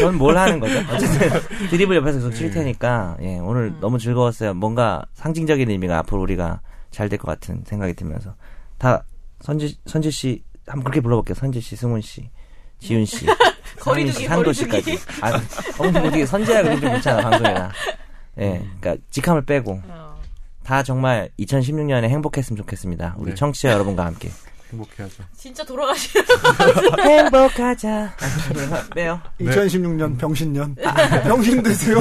Speaker 4: 전 뭘 하는 거죠? 어쨌든 드립을 옆에서 계속 칠 테니까 예, 오늘
Speaker 2: 음.
Speaker 4: 너무 즐거웠어요. 뭔가 상징적인 의미가 앞으로 우리가 잘 될 것 같은 생각이 들면서 다 선지 선지 씨 한번 그렇게 불러볼게요. 선지 씨, 승훈 씨, 지훈 씨,
Speaker 2: (laughs) 거리두기,
Speaker 4: 성민 씨, 상도
Speaker 2: 거리두기.
Speaker 4: 씨까지. 아, 너무 어떻게 선지라 그러면 좀 괜찮아 방송이나. 예, 그러니까 직함을 빼고
Speaker 2: 어.
Speaker 4: 다 정말 2016년에 행복했으면 좋겠습니다. 우리
Speaker 1: 네.
Speaker 4: 청취자
Speaker 1: (laughs)
Speaker 4: 여러분과 함께.
Speaker 1: 행복해야죠.
Speaker 2: 진짜 돌아가시는
Speaker 4: 행복하자. 빼요. 음.
Speaker 3: 2016년 병신년 병신 되세요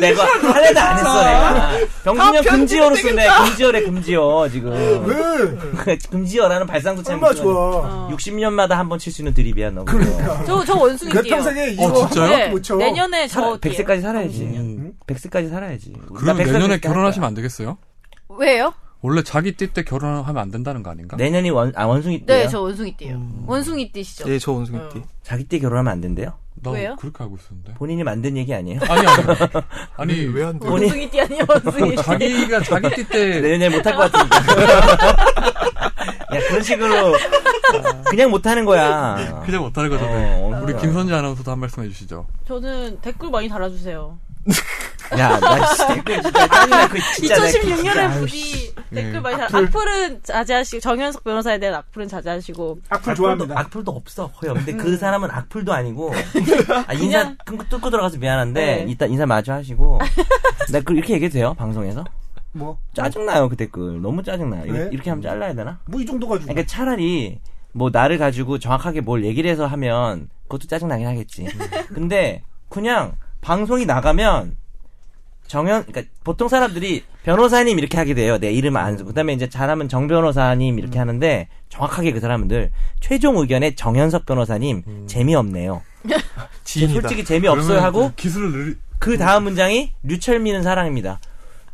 Speaker 4: 내가 하나도 안 했어, 내가. 병신년 금지어로 쓴대. 금지어래, 금지어, 지금.
Speaker 3: 왜
Speaker 4: (laughs) 금지어라는 발상도 참.
Speaker 3: 얼마
Speaker 2: 어,
Speaker 3: 좋아
Speaker 2: (laughs)
Speaker 4: 60년마다 한 번 칠 수 있는 드립이야, 너. 그러니까.
Speaker 2: 저, 저 원숭이
Speaker 3: 내
Speaker 2: 뛰요
Speaker 4: 어,
Speaker 2: 네,
Speaker 3: 평생에 이거
Speaker 1: 진짜요?
Speaker 3: 하나밖에 못 쳐.
Speaker 2: 내년에 저 뛰어요.
Speaker 4: 100세까지 살아야지.
Speaker 1: 음.
Speaker 4: 100세까지 살아야지.
Speaker 1: 그럼 내년에 결혼하시면 안 되겠어요?
Speaker 2: 왜요?
Speaker 1: 원래 자기 띠 때 결혼하면 안 된다는 거 아닌가?
Speaker 4: 내년이 원, 아, 원숭이 때요?
Speaker 2: 네, 저 원숭이 뛰요.
Speaker 4: 음.
Speaker 2: 원숭이 뛰시죠?
Speaker 5: 예, 저
Speaker 2: 어.
Speaker 5: 원숭이띠.
Speaker 4: 자기 때 결혼하면 안 된대요?
Speaker 1: 나
Speaker 2: 왜요?
Speaker 1: 그렇게 알고 있었는데.
Speaker 4: 본인이 만든 얘기 (laughs) 아니에요?
Speaker 1: 아니 아니 아니
Speaker 5: 왜 안 돼?
Speaker 4: 본인-
Speaker 2: 원숭이 뛰 아니에요, 원숭이
Speaker 4: (laughs)
Speaker 2: 띠.
Speaker 1: 자기가 자기 띠때
Speaker 4: 내년에 못할 것 같은데. (laughs) 야, 그런 식으로. 어, 그냥 못하는 거야.
Speaker 1: 그냥 못하는
Speaker 4: 어,
Speaker 1: 거잖아요.
Speaker 4: 어,
Speaker 1: 우리
Speaker 4: 그래.
Speaker 1: 김선재 아나운서도 한 말씀 해주시죠.
Speaker 2: 저는 댓글 많이 달아주세요.
Speaker 4: 야, 나 진짜 댓글 진짜 짜증나. 그 진짜 예. 내 그-
Speaker 2: 2016년에
Speaker 4: 아유,
Speaker 2: 부디 댓글 많이 달아.
Speaker 3: 악플.
Speaker 2: 악플은 자제하시고 정현석 변호사에 대한 악플은 자제하시고
Speaker 3: 악플
Speaker 4: 악플도,
Speaker 3: 좋아합니다
Speaker 4: 악플도 없어 거의 없는데 그 사람은 악플도
Speaker 2: (laughs)
Speaker 4: 아니고 아, 인사
Speaker 2: 그냥-
Speaker 4: 끊고 뚫고 들어가서
Speaker 2: 네.
Speaker 4: 미안한데 일단 인사 마주 하시고 나 그, 이렇게 얘기해도 돼요 방송에서
Speaker 3: 뭐
Speaker 4: 짜증나요 그 댓글 너무 짜증나요
Speaker 3: 왜?
Speaker 4: 이렇게, 이렇게 하면 잘라야 되나
Speaker 3: 뭐 이 정도 가지고
Speaker 4: 그러니까 차라리 뭐 나를 가지고 정확하게 뭘 얘기를 해서 하면 그것도 짜증나긴 하겠지.
Speaker 5: 음.
Speaker 4: 근데 그냥 방송이 나가면 정현 그러니까 보통 사람들이 변호사님 이렇게 하게 돼요. 내 이름 안 쓰고 그다음에 이제 잘하면 정 변호사님
Speaker 5: 음.
Speaker 4: 이렇게 하는데 정확하게 그 사람들 최종 의견에 정현석 변호사님 재미없네요.
Speaker 5: 음. (laughs) 지인이다.
Speaker 4: 솔직히 재미없어요 하고
Speaker 1: 기술을 늘
Speaker 4: 그 다음 문장이 류철미는 사랑입니다.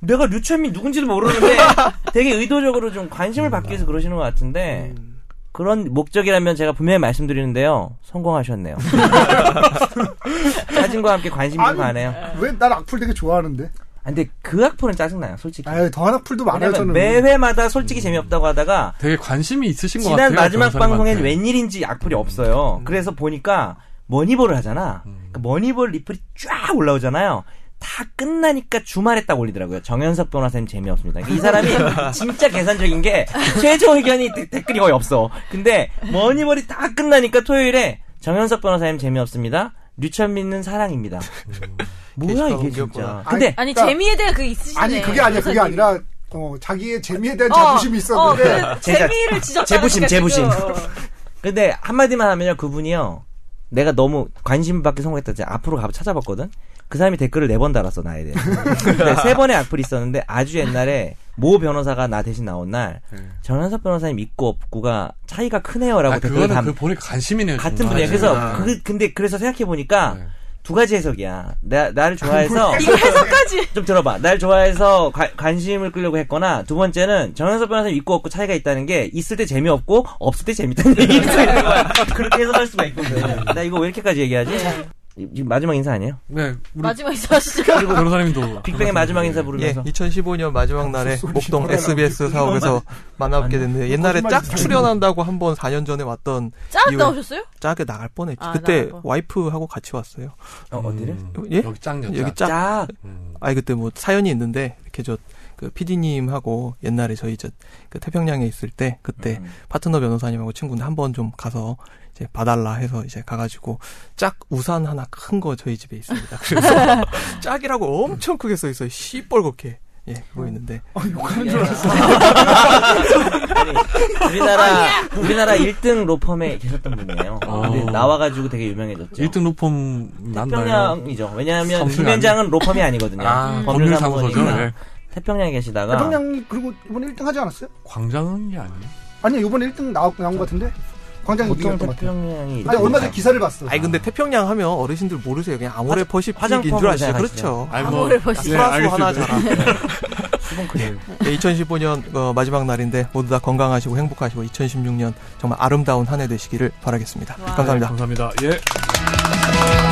Speaker 4: 내가 류천민 누군지도 모르는데 되게 의도적으로 좀
Speaker 3: 음.
Speaker 4: 관심을 받기 위해서 그러시는 것 같은데 그런 목적이라면 제가 분명히 말씀드리는데요
Speaker 3: (laughs)
Speaker 4: 성공하셨네요. 사진과 함께 관심도
Speaker 3: 아니.
Speaker 4: 가네요.
Speaker 3: 왜난 악플 되게 좋아하는데?
Speaker 4: 아, 근데 그 악플은 짜증나요, 솔직히.
Speaker 3: 아유 더한 악플도 많아요
Speaker 4: 왜냐면
Speaker 3: 저는.
Speaker 2: 네,
Speaker 4: 매회마다 솔직히 재미없다고 하다가
Speaker 6: 되게 관심이 있으신 것 같아요.
Speaker 4: 지난 마지막 방송엔
Speaker 6: 정사님한테. 음.
Speaker 4: 웬일인지 악플이 없어요. 그래서 보니까 머니볼을 하잖아. 그 머니볼 리플이 쫙 올라오잖아요. 다 끝나니까 주말에 딱 올리더라고요. 정현석 변호사님 재미없습니다.
Speaker 6: (laughs)
Speaker 4: 이 사람이 진짜 계산적인 게 최종 의견이 데- 댓글이 거의 없어. 근데 머니볼이 다 끝나니까 토요일에 정현석 변호사님 재미없습니다. 류천민은 사랑입니다.
Speaker 6: 음.
Speaker 4: 뭐야
Speaker 5: 게시판
Speaker 4: 이게
Speaker 5: 옮겼구나.
Speaker 4: 진짜. 근데
Speaker 2: 아니
Speaker 3: 그러니까-
Speaker 2: 재미에 대한 그게 있으시네.
Speaker 3: 아니 그게 아니야 그게
Speaker 2: 변호사님.
Speaker 3: 아니라 어, 자기의 재미에 대한
Speaker 2: 어,
Speaker 3: 자부심이
Speaker 2: 어,
Speaker 3: 있었는데
Speaker 2: 그
Speaker 4: 제가-
Speaker 2: 재미를 지적.
Speaker 4: 재부심, 재부심.
Speaker 2: 어,
Speaker 4: 근데 한마디만 하면요 그분이요 내가 너무 관심 받기 성공했다 제가 앞으로 가서 찾아봤거든 그 사람이 댓글을 네 번 달았어 나에 대해 근데 세 번의 악플이 있었는데 아주 옛날에 모 변호사가 나 대신 나온 날 정현석 변호사님 있고 없고가 차이가
Speaker 6: 네.
Speaker 4: 크네요라고
Speaker 6: 아,
Speaker 4: 댓글
Speaker 6: 그거는
Speaker 4: 담
Speaker 6: 그 본인 관심이네요.
Speaker 4: 같은
Speaker 6: 정말.
Speaker 4: 분이에요 그래서
Speaker 5: 아.
Speaker 4: 그 근데 그래서 생각해 보니까
Speaker 6: 네.
Speaker 4: 두 가지 해석이야 나 나를 좋아해서
Speaker 2: 이거 해석까지.
Speaker 4: 좀 들어봐. 날 좋아해서 관- 관심을 끌려고 했거나 두 번째는 정현석 변호사님 있고 없고 차이가 있다는 게 있을 때 재미없고 없을 때 재밌다는 얘기 그렇게 해석할 수가 있거든. 나 이거 왜 이렇게까지 얘기하지? 이- 지금 마지막 인사 아니에요?
Speaker 6: 네, 우리
Speaker 2: 마지막 인사하시죠.
Speaker 6: 그리고 변호사님도
Speaker 4: (laughs) 빅뱅의 마지막 인사
Speaker 5: 예,
Speaker 4: 부르면서
Speaker 5: 2015년 마지막 날에
Speaker 3: 소리
Speaker 5: 목동
Speaker 3: 소리가
Speaker 5: SBS 사옥에서 만나뵙게 됐는데 옛날에
Speaker 3: 거짓말
Speaker 5: 짝
Speaker 3: 짓지.
Speaker 5: 출연한다고 한 번 4년 전에 왔던
Speaker 2: 짠
Speaker 5: 이후에-
Speaker 2: 나오셨어요?
Speaker 5: 짝에 나갈 뻔했지.
Speaker 2: 아,
Speaker 5: 그때
Speaker 2: 나갈 뻔.
Speaker 5: 와이프하고 같이 왔어요.
Speaker 4: 어, 어디를?
Speaker 1: 음.
Speaker 4: 음,
Speaker 5: 예?
Speaker 6: 음, 여기
Speaker 3: 네,
Speaker 6: 짱이요 음.
Speaker 5: 여기 짝.
Speaker 4: 짝.
Speaker 5: 아니 그때 뭐 사연이 있는데 이렇게 저그 PD님하고 옛날에 저희 저그 태평양에 있을 때 그때
Speaker 4: 음.
Speaker 5: 파트너 변호사님하고 친구는 한 번 좀 가서 이제 봐달라 해서 이제 가가지고 짝 우산 하나 큰 거 저희 집에 있습니다. 그래서
Speaker 2: (laughs)
Speaker 5: 짝이라고 엄청 크게 써 있어요. 시뻘겋게 예 그거 있는데
Speaker 3: 욕하는 줄 알았어.
Speaker 4: 우리나라 우리나라 1등 로펌에 계셨던 분이에요. 근데
Speaker 6: 어.
Speaker 4: 나와가지고 되게 유명해졌죠.
Speaker 6: 1등 로펌 난나요?
Speaker 4: 태평양이죠. 왜냐하면
Speaker 6: 성질
Speaker 4: 김현장은 로펌이 아니거든요.
Speaker 6: 아,
Speaker 4: 음. 법률사무소니까
Speaker 6: 법률사무소죠. 네.
Speaker 4: 태평양에 계시다가
Speaker 3: 대통령 그리고 이번에 1등 하지 않았어요?
Speaker 6: 광장이 아니에요.
Speaker 3: 아니야 이번에 1등 나온 나온 것 같은데 광장
Speaker 4: 보통 네.
Speaker 3: 2등이었던 것 같아요.
Speaker 4: 태평양이
Speaker 3: 아니 얼마 전에 기사를 봤어.
Speaker 5: 아니 근데 태평양 하면 어르신들 모르세요. 그냥 아모레 퍼시픽인
Speaker 4: 화장품으로
Speaker 5: 줄 아시죠?
Speaker 4: 생각하시죠. 예,
Speaker 5: 그렇죠. 네.
Speaker 6: 아니,
Speaker 2: 암호를 보시.
Speaker 6: 네,
Speaker 5: 플러스 하나
Speaker 6: 알겠습니다.
Speaker 5: 자라.
Speaker 4: 수분 크림.
Speaker 5: 2015년 네, 어, 마지막 날인데 모두 다 건강하시고 행복하시고 2016년 정말 아름다운 한 해 되시기를 바라겠습니다.
Speaker 6: 네,
Speaker 2: 와.
Speaker 5: 감사합니다.
Speaker 6: 감사합니다. 예.